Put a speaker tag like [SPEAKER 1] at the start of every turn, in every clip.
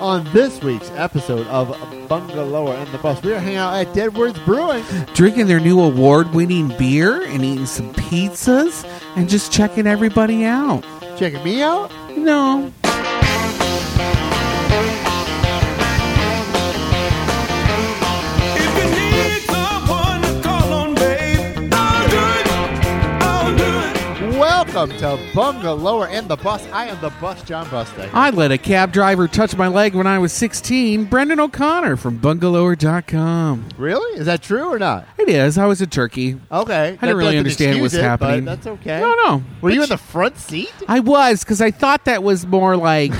[SPEAKER 1] on this week's episode of Bungalower and the Bus. We are hanging out at Deadwood's Brewing.
[SPEAKER 2] drinking their new award winning beer and eating some pizzas and just checking everybody out.
[SPEAKER 1] Checking me out.
[SPEAKER 2] No.
[SPEAKER 3] If you need someone to call on, babe, I'll do it. I'll do it.
[SPEAKER 1] Welcome to Bungalower and the Bus. I am the Bus, John Busta.
[SPEAKER 2] I let a cab driver touch my leg when I was 16. Brendan O'Connor from bungalower.com.
[SPEAKER 1] Really? Is that true or not?
[SPEAKER 2] It is. I was a turkey.
[SPEAKER 1] Okay.
[SPEAKER 2] I didn't really understand what's happening.
[SPEAKER 1] that's okay.
[SPEAKER 2] No, no.
[SPEAKER 1] Were you
[SPEAKER 2] But
[SPEAKER 1] in the front seat?
[SPEAKER 2] I was because I thought that was more like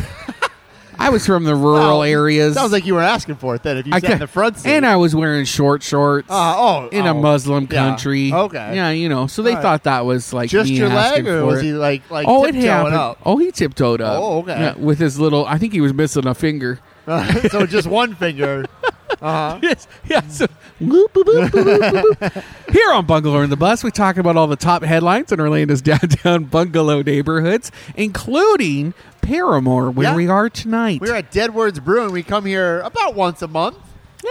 [SPEAKER 2] I was from the rural
[SPEAKER 1] Oh,
[SPEAKER 2] areas.
[SPEAKER 1] Sounds like you were asking for it then if you sat
[SPEAKER 2] ca-
[SPEAKER 1] in the front seat.
[SPEAKER 2] and I was wearing short shorts.
[SPEAKER 1] Uh, oh,
[SPEAKER 2] in
[SPEAKER 1] oh,
[SPEAKER 2] a Muslim
[SPEAKER 1] yeah.
[SPEAKER 2] country.
[SPEAKER 1] Okay.
[SPEAKER 2] yeah, you know. So they
[SPEAKER 1] All right.
[SPEAKER 2] thought that was like
[SPEAKER 1] Just
[SPEAKER 2] me
[SPEAKER 1] your
[SPEAKER 2] asking
[SPEAKER 1] leg, or
[SPEAKER 2] for
[SPEAKER 1] was
[SPEAKER 2] it.
[SPEAKER 1] he like like
[SPEAKER 2] oh, it
[SPEAKER 1] tiptoeing
[SPEAKER 2] happened.
[SPEAKER 1] up?
[SPEAKER 2] Oh, he tiptoed up.
[SPEAKER 1] Oh, okay.
[SPEAKER 2] Yeah, with his little, I think he was missing a finger.
[SPEAKER 1] so just one finger. Uh-huh.
[SPEAKER 2] Yes, yes. Boop, boop, boop, boop, boop, boop. Here on Bungalow in the Bus, we talk about all the top headlines in Orlando's downtown bungalow neighborhoods, including Paramore, where
[SPEAKER 1] Yeah.
[SPEAKER 2] we are tonight.
[SPEAKER 1] We're at Deadwood's Brewing. We come here about once a month.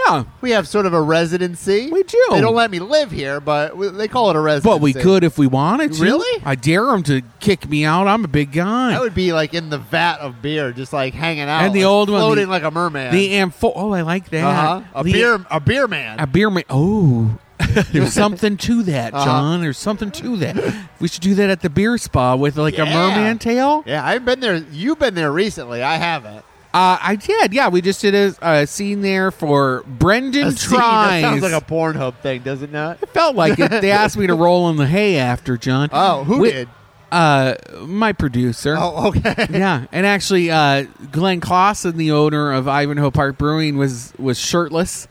[SPEAKER 2] yeah,
[SPEAKER 1] We have sort of a residency.
[SPEAKER 2] We do.
[SPEAKER 1] They don't let me live here, but we, they call it a residency.
[SPEAKER 2] but we could if we wanted to.
[SPEAKER 1] Really? Oh,
[SPEAKER 2] I dare him to kick me out. I'm a big guy.
[SPEAKER 1] I would be like in the vat of beer, just like hanging out,
[SPEAKER 2] And the
[SPEAKER 1] like,
[SPEAKER 2] old one,
[SPEAKER 1] floating
[SPEAKER 2] the-
[SPEAKER 1] like a merman.
[SPEAKER 2] the ampho. Oh, I like that.
[SPEAKER 1] uh-huh. a
[SPEAKER 2] The-
[SPEAKER 1] beer, a beer man.
[SPEAKER 2] a beer man. Oh, there's something to that,
[SPEAKER 1] Uh-huh.
[SPEAKER 2] John. There's something to that. We should do that at the beer spa with like a
[SPEAKER 1] Yeah.
[SPEAKER 2] merman tail.
[SPEAKER 1] yeah, I've been there. You've been there recently. I haven't.
[SPEAKER 2] Uh, I did. Yeah, we just did a, a scene there for Brendan
[SPEAKER 1] A scene,
[SPEAKER 2] tries.
[SPEAKER 1] that sounds like a Pornhub thing, does it not?
[SPEAKER 2] Felt like it. They asked me to roll in the hay after John.
[SPEAKER 1] Oh, who
[SPEAKER 2] We-
[SPEAKER 1] did?
[SPEAKER 2] Uh, my producer.
[SPEAKER 1] Oh, okay.
[SPEAKER 2] Yeah, and actually, uh, Glenn Clausen, the owner of Ivanhoe Park Brewing, was was shirtless.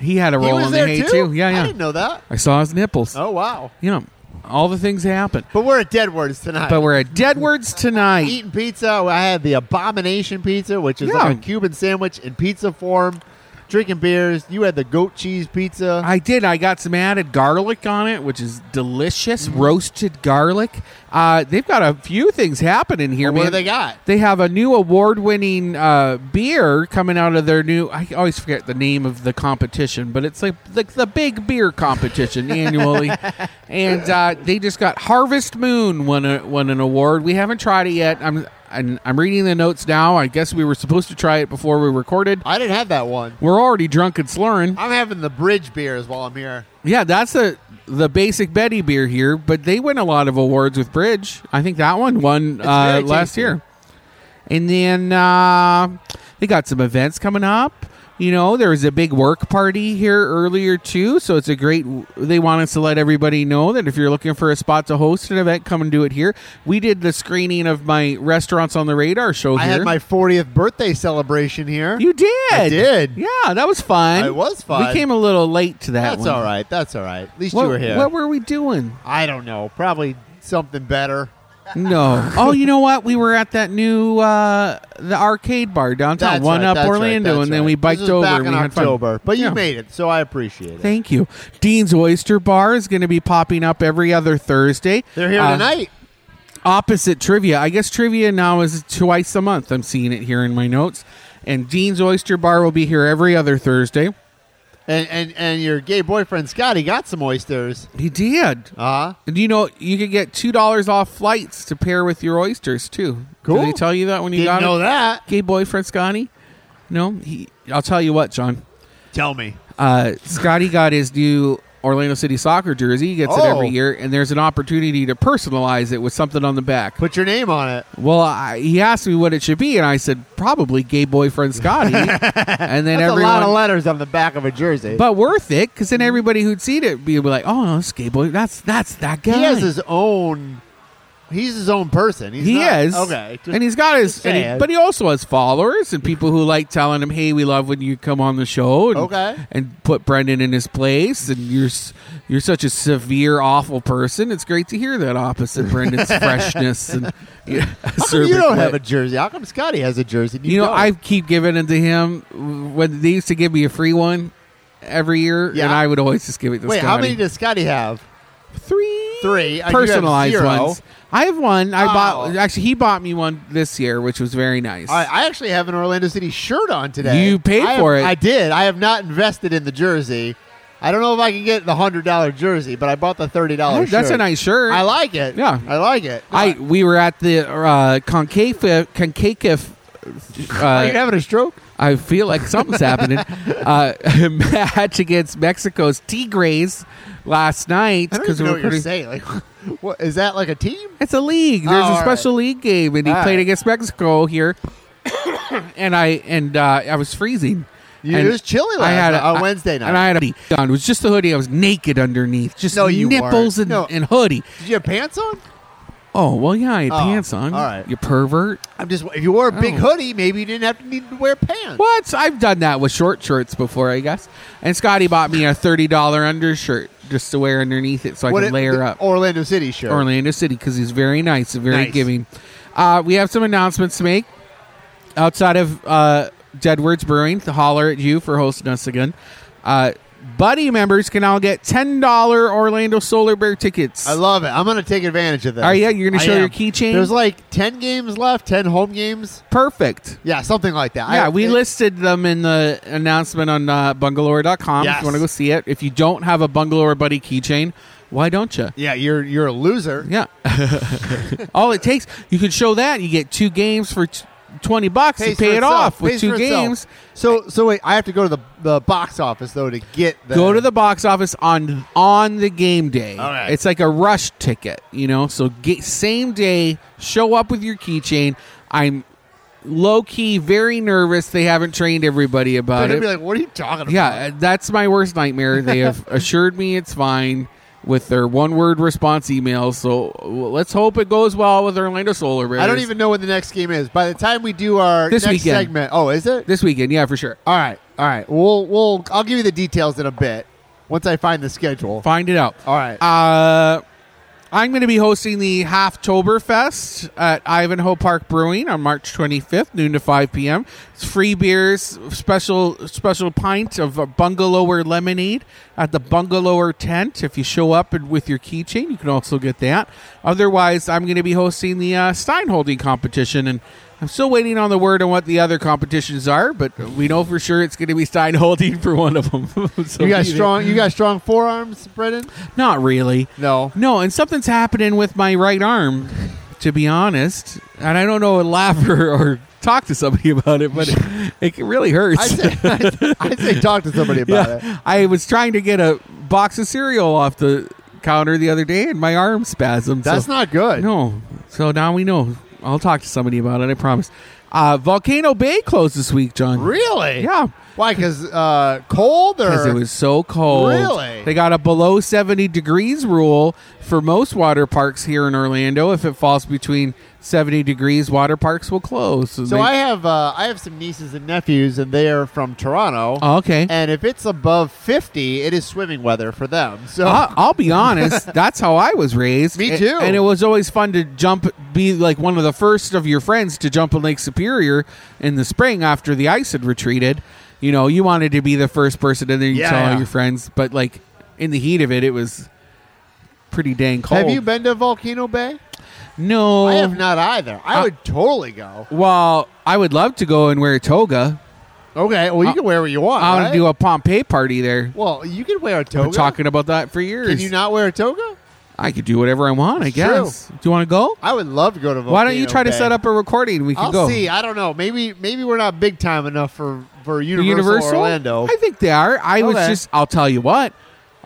[SPEAKER 2] He had a
[SPEAKER 1] he
[SPEAKER 2] roll
[SPEAKER 1] was
[SPEAKER 2] in the
[SPEAKER 1] there
[SPEAKER 2] hay
[SPEAKER 1] too.
[SPEAKER 2] too. Yeah, yeah.
[SPEAKER 1] I didn't know that.
[SPEAKER 2] I saw his nipples.
[SPEAKER 1] Oh wow.
[SPEAKER 2] You know, all the things happen.
[SPEAKER 1] But we're at Deadwood's tonight.
[SPEAKER 2] But we're at Deadwards tonight.
[SPEAKER 1] eating pizza. I had the abomination pizza, which is like
[SPEAKER 2] Yeah.
[SPEAKER 1] a Cuban sandwich in pizza form. Drinking beers. You had the goat cheese pizza.
[SPEAKER 2] I did. I got some added garlic on it, which is delicious. Roasted garlic. Uh, they've got a few things happening here,
[SPEAKER 1] what do
[SPEAKER 2] man.
[SPEAKER 1] they got?
[SPEAKER 2] They have a new award-winning uh, beer coming out of their new. I always forget the name of the competition, but it's like like the big beer competition annually, and uh, they just got Harvest Moon won a, won an award. We haven't tried it yet. I'm I'm, I'm reading the notes now. I guess we were supposed to try it before we recorded.
[SPEAKER 1] I didn't have that one.
[SPEAKER 2] We're already drunk and slurring.
[SPEAKER 1] I'm having the bridge beers while I'm here.
[SPEAKER 2] Yeah, that's the the basic Betty beer here, but they win a lot of awards with Bridge. I think that one won uh,
[SPEAKER 1] very
[SPEAKER 2] last
[SPEAKER 1] tasty.
[SPEAKER 2] year. And then uh, they got some events coming up. You know, there was a big work party here earlier too, so it's a great. They want us to let everybody know that if you're looking for a spot to host an event, come and do it here. We did the screening of my restaurants on the radar show
[SPEAKER 1] I
[SPEAKER 2] Oh, here.
[SPEAKER 1] had my 40th birthday celebration here.
[SPEAKER 2] you did,
[SPEAKER 1] I did.
[SPEAKER 2] yeah, that was fun.
[SPEAKER 1] It was fun.
[SPEAKER 2] We came a little late to that.
[SPEAKER 1] That's
[SPEAKER 2] one.
[SPEAKER 1] all right. That's all right. At least
[SPEAKER 2] What,
[SPEAKER 1] you were here.
[SPEAKER 2] what were we doing?
[SPEAKER 1] I don't know. Probably something better.
[SPEAKER 2] No. Oh, you know what? We were at that new uh the arcade bar downtown,
[SPEAKER 1] That's
[SPEAKER 2] one
[SPEAKER 1] right,
[SPEAKER 2] up
[SPEAKER 1] that's right,
[SPEAKER 2] Orlando,
[SPEAKER 1] that's
[SPEAKER 2] and then
[SPEAKER 1] right.
[SPEAKER 2] we
[SPEAKER 1] This
[SPEAKER 2] biked
[SPEAKER 1] was
[SPEAKER 2] over
[SPEAKER 1] back
[SPEAKER 2] and
[SPEAKER 1] in
[SPEAKER 2] we had fun.
[SPEAKER 1] October, But you
[SPEAKER 2] Yeah.
[SPEAKER 1] made it, so I appreciate it.
[SPEAKER 2] Thank you. Dean's Oyster Bar is going to be popping up every other Thursday.
[SPEAKER 1] They're here
[SPEAKER 2] Uh,
[SPEAKER 1] tonight.
[SPEAKER 2] Opposite trivia. I guess trivia now is twice a month. I'm seeing it here in my notes. And Dean's Oyster Bar will be here every other Thursday.
[SPEAKER 1] And, and and your gay boyfriend Scotty got some oysters.
[SPEAKER 2] He did.
[SPEAKER 1] Uh huh.
[SPEAKER 2] And you know you could get two dollars off flights to pair with your oysters too.
[SPEAKER 1] Cool.
[SPEAKER 2] Did they tell you that when you
[SPEAKER 1] Didn't
[SPEAKER 2] got
[SPEAKER 1] know
[SPEAKER 2] it?
[SPEAKER 1] that.
[SPEAKER 2] gay boyfriend Scotty? No, he. I'll tell you what, John.
[SPEAKER 1] Tell me.
[SPEAKER 2] Uh, Scotty got his new Orlando City Soccer jersey. He gets it
[SPEAKER 1] Oh.
[SPEAKER 2] every year, and there's an opportunity to personalize it with something on the back.
[SPEAKER 1] Put your name on it.
[SPEAKER 2] Well, I, he asked me what it should be, and I said probably gay boyfriend Scotty, and then
[SPEAKER 1] That's
[SPEAKER 2] everyone.
[SPEAKER 1] a lot of letters on the back of a jersey.
[SPEAKER 2] but worth it because then everybody who'd seen it would be like, "Oh, no, it's gay boy. That's that's that guy."
[SPEAKER 1] he has his own. He's his own person. He's
[SPEAKER 2] he
[SPEAKER 1] not-
[SPEAKER 2] is
[SPEAKER 1] okay. just-
[SPEAKER 2] and he's got his,
[SPEAKER 1] just
[SPEAKER 2] and he-
[SPEAKER 1] saying.
[SPEAKER 2] but he also has followers and people who like telling him, "Hey, we love when you come on the show." And,
[SPEAKER 1] Okay.
[SPEAKER 2] and put Brendan in his place. And you're s- you're such a severe, awful person. It's great to hear that opposite Brendan's freshness and yeah,
[SPEAKER 1] How come Oh, you
[SPEAKER 2] acerbic
[SPEAKER 1] don't have a
[SPEAKER 2] wit.
[SPEAKER 1] jersey? How come Scotty has a jersey? and
[SPEAKER 2] You know,
[SPEAKER 1] don't?
[SPEAKER 2] I keep giving it to him when they used to give me a free one every year,
[SPEAKER 1] Yeah.
[SPEAKER 2] and I would always just give it to
[SPEAKER 1] wait. How
[SPEAKER 2] Scotty.
[SPEAKER 1] many does Scotty have?
[SPEAKER 2] Three.
[SPEAKER 1] three. and Uh, you have
[SPEAKER 2] personalized
[SPEAKER 1] zero.
[SPEAKER 2] ones. I have one. I bought
[SPEAKER 1] Oh.
[SPEAKER 2] actually he bought me one this year, which was very nice.
[SPEAKER 1] I, I actually have an Orlando City shirt on today.
[SPEAKER 2] You paid
[SPEAKER 1] I have-
[SPEAKER 2] for it.
[SPEAKER 1] I did. I have not invested in the jersey. I don't know if I can get the hundred dollar jersey, but I bought the thirty
[SPEAKER 2] Oh,
[SPEAKER 1] dollar.
[SPEAKER 2] that's a nice shirt.
[SPEAKER 1] I like it.
[SPEAKER 2] Yeah.
[SPEAKER 1] I like it.
[SPEAKER 2] I we were at the uh, concave concave.
[SPEAKER 1] Are you
[SPEAKER 2] Uh,
[SPEAKER 1] having a stroke?
[SPEAKER 2] I feel like something's happening. Uh, match against Mexico's Tigres last night
[SPEAKER 1] I don't even
[SPEAKER 2] we
[SPEAKER 1] know
[SPEAKER 2] were
[SPEAKER 1] what you're
[SPEAKER 2] pretty-
[SPEAKER 1] saying. Like, what is that? Like a team?
[SPEAKER 2] It's a league. There's
[SPEAKER 1] Oh,
[SPEAKER 2] a
[SPEAKER 1] all
[SPEAKER 2] special league game, and he
[SPEAKER 1] All
[SPEAKER 2] played
[SPEAKER 1] right.
[SPEAKER 2] against Mexico here. and I and uh, I was freezing.
[SPEAKER 1] You,
[SPEAKER 2] And
[SPEAKER 1] it was chilly last
[SPEAKER 2] I had
[SPEAKER 1] night,
[SPEAKER 2] a-
[SPEAKER 1] on
[SPEAKER 2] I-
[SPEAKER 1] Wednesday night.
[SPEAKER 2] And I had a hoodie on. It was just the hoodie. I was naked underneath. Just
[SPEAKER 1] No, you
[SPEAKER 2] nipples
[SPEAKER 1] weren't.
[SPEAKER 2] and,
[SPEAKER 1] No.
[SPEAKER 2] and hoodie.
[SPEAKER 1] Did you have pants on?
[SPEAKER 2] Oh well, yeah, I had
[SPEAKER 1] Oh,
[SPEAKER 2] pants on.
[SPEAKER 1] all right.
[SPEAKER 2] you pervert.
[SPEAKER 1] I'm just. If you wore a big
[SPEAKER 2] Oh.
[SPEAKER 1] hoodie, maybe you didn't have to need to wear pants.
[SPEAKER 2] What? I've done that with short shirts before, I guess. And Scotty bought me a thirty dollar undershirt just to wear underneath it, so I
[SPEAKER 1] What
[SPEAKER 2] can
[SPEAKER 1] it-
[SPEAKER 2] layer
[SPEAKER 1] the
[SPEAKER 2] up.
[SPEAKER 1] Orlando City shirt.
[SPEAKER 2] Orlando City because he's very nice and very
[SPEAKER 1] Nice.
[SPEAKER 2] giving. Uh, we have some announcements to make outside of uh, Jedward's Brewing to holler at you for hosting us again. Uh, Buddy members can now get ten dollar Orlando Solar Bear tickets.
[SPEAKER 1] I love it. I'm going to take advantage of this.
[SPEAKER 2] Oh, yeah? You're gonna
[SPEAKER 1] I
[SPEAKER 2] show your
[SPEAKER 1] am.
[SPEAKER 2] keychain?
[SPEAKER 1] There's like ten games left, ten home games.
[SPEAKER 2] Perfect.
[SPEAKER 1] Yeah, something like that.
[SPEAKER 2] Yeah,
[SPEAKER 1] I-
[SPEAKER 2] we
[SPEAKER 1] it-
[SPEAKER 2] listed them in the announcement on uh, bungalower.com if
[SPEAKER 1] Yes.
[SPEAKER 2] you want to go see it. If you don't have a Bungalower Buddy keychain, why don't you?
[SPEAKER 1] Yeah, you're you're a loser.
[SPEAKER 2] Yeah. All it takes, you can show that. You get two games for t- 20 bucks. You
[SPEAKER 1] Pays
[SPEAKER 2] pay
[SPEAKER 1] for
[SPEAKER 2] it
[SPEAKER 1] itself.
[SPEAKER 2] off with
[SPEAKER 1] Pays
[SPEAKER 2] two
[SPEAKER 1] for itself.
[SPEAKER 2] games.
[SPEAKER 1] So so wait, I have to go to the the box office though to get the
[SPEAKER 2] Go to the box office on on the game day.
[SPEAKER 1] All right.
[SPEAKER 2] It's like a rush ticket, you know? So get, same day, show up with your keychain. I'm low key very nervous. They haven't trained everybody
[SPEAKER 1] They're
[SPEAKER 2] about
[SPEAKER 1] gonna
[SPEAKER 2] it.
[SPEAKER 1] be like, what are you talking about?
[SPEAKER 2] yeah, that's my worst nightmare. They have assured me it's fine with their one word response email. So well, let's hope it goes well with Orlando Solar Bears.
[SPEAKER 1] I don't even know when the next game is. By the time we do our
[SPEAKER 2] This
[SPEAKER 1] next
[SPEAKER 2] weekend.
[SPEAKER 1] segment, oh, is it?
[SPEAKER 2] This weekend, yeah, for sure.
[SPEAKER 1] all right, all right. We'll we'll I'll give you the details in a bit once I find the schedule.
[SPEAKER 2] Find it out.
[SPEAKER 1] All right.
[SPEAKER 2] Uh, I'm going to be hosting the Halftoberfest at Ivanhoe Park Brewing on March 25th, noon to 5 p.m. It's free beers, special special pint of uh, bungalower lemonade at the bungalower tent. If you show up and with your keychain, you can also get that. Otherwise, I'm going to be hosting the uh, Stein holding competition, and I'm still waiting on the word on what the other competitions are, but we know for sure it's going to be Stein holding for one of them. so
[SPEAKER 1] you got
[SPEAKER 2] be there.
[SPEAKER 1] strong. You got strong forearms, Brennan.
[SPEAKER 2] Not really.
[SPEAKER 1] No.
[SPEAKER 2] No, and something's happening with my right arm, to be honest. And I don't know to laugh or, or talk to somebody about it, but it, it really hurts.
[SPEAKER 1] I say, I say, I say talk to somebody about it.
[SPEAKER 2] yeah. I was trying to get a box of cereal off the counter the other day, and my arm spasmed.
[SPEAKER 1] That's
[SPEAKER 2] so-
[SPEAKER 1] not good.
[SPEAKER 2] No. So now we know. I'll talk to somebody about it, I promise. Uh, Volcano Bay closed this week, John.
[SPEAKER 1] Really?
[SPEAKER 2] Yeah.
[SPEAKER 1] Why? Because uh, cold or
[SPEAKER 2] because it was so cold.
[SPEAKER 1] Really?
[SPEAKER 2] They got a below 70 degrees rule for most water parks here in Orlando. If it falls between 70 degrees, water parks will close.
[SPEAKER 1] So
[SPEAKER 2] they-
[SPEAKER 1] I have uh, I have some nieces and nephews, and they are from Toronto.
[SPEAKER 2] Oh, okay.
[SPEAKER 1] And if it's above fifty, it is swimming weather for them. So
[SPEAKER 2] I- I'll be honest. That's how I was raised.
[SPEAKER 1] Me
[SPEAKER 2] A-
[SPEAKER 1] too.
[SPEAKER 2] And it was always fun to jump, be like one of the first of your friends to jump in Lake Superior in the spring after the ice had retreated. You know, you wanted to be the first person, and then you
[SPEAKER 1] Yeah,
[SPEAKER 2] saw
[SPEAKER 1] yeah.
[SPEAKER 2] your friends. But like in the heat of it, it was pretty dang cold.
[SPEAKER 1] have you been to Volcano Bay?
[SPEAKER 2] No,
[SPEAKER 1] I have not either. I
[SPEAKER 2] Uh,
[SPEAKER 1] would totally go.
[SPEAKER 2] Well, I would love to go and wear a toga.
[SPEAKER 1] Okay. Well, you can wear what you want.
[SPEAKER 2] Uh, I want
[SPEAKER 1] right?
[SPEAKER 2] to do a Pompeii party there.
[SPEAKER 1] well, you can wear a
[SPEAKER 2] I've been
[SPEAKER 1] toga.
[SPEAKER 2] talking about that for years.
[SPEAKER 1] Can you not wear a toga?
[SPEAKER 2] I could do whatever I want, I
[SPEAKER 1] It's
[SPEAKER 2] guess. Do you want to go?
[SPEAKER 1] I would love to go to Volcano.
[SPEAKER 2] Why don't you try to
[SPEAKER 1] Bay.
[SPEAKER 2] set up a recording? We can
[SPEAKER 1] I'll
[SPEAKER 2] go.
[SPEAKER 1] see. I don't know. Maybe maybe we're not big time enough for for Universal, Orlando.
[SPEAKER 2] I think they are. I was
[SPEAKER 1] Okay. Oh,
[SPEAKER 2] just. I'll tell you what.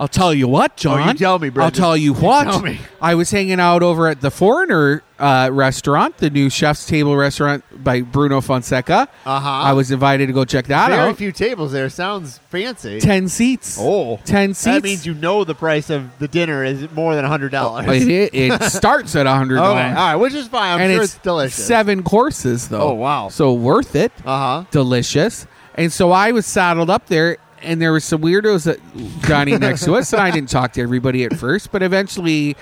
[SPEAKER 2] I'll tell you what, John.
[SPEAKER 1] tell me,
[SPEAKER 2] I'll
[SPEAKER 1] Brendan.
[SPEAKER 2] tell you what.
[SPEAKER 1] tell me.
[SPEAKER 2] I was hanging out over at the Foreigner uh, restaurant, the new Chef's Table restaurant by Bruno Fonseca.
[SPEAKER 1] Uh-huh.
[SPEAKER 2] I was invited to go check that
[SPEAKER 1] Very
[SPEAKER 2] out.
[SPEAKER 1] few tables there. Sounds fancy.
[SPEAKER 2] Ten seats.
[SPEAKER 1] Oh.
[SPEAKER 2] Ten seats. Oh,
[SPEAKER 1] That means you know the price of the dinner is more than hundred dollars.
[SPEAKER 2] It, it, it starts at a hundred
[SPEAKER 1] all
[SPEAKER 2] dollars,
[SPEAKER 1] right, which is fine. Oh, I'm
[SPEAKER 2] and
[SPEAKER 1] sure
[SPEAKER 2] it's
[SPEAKER 1] it's, delicious.
[SPEAKER 2] seven courses though.
[SPEAKER 1] Oh, wow.
[SPEAKER 2] So worth it,
[SPEAKER 1] Uh huh.
[SPEAKER 2] delicious. And so I was saddled up there, and there were some weirdos that Johnny next to us, and I didn't talk to everybody at first, but eventually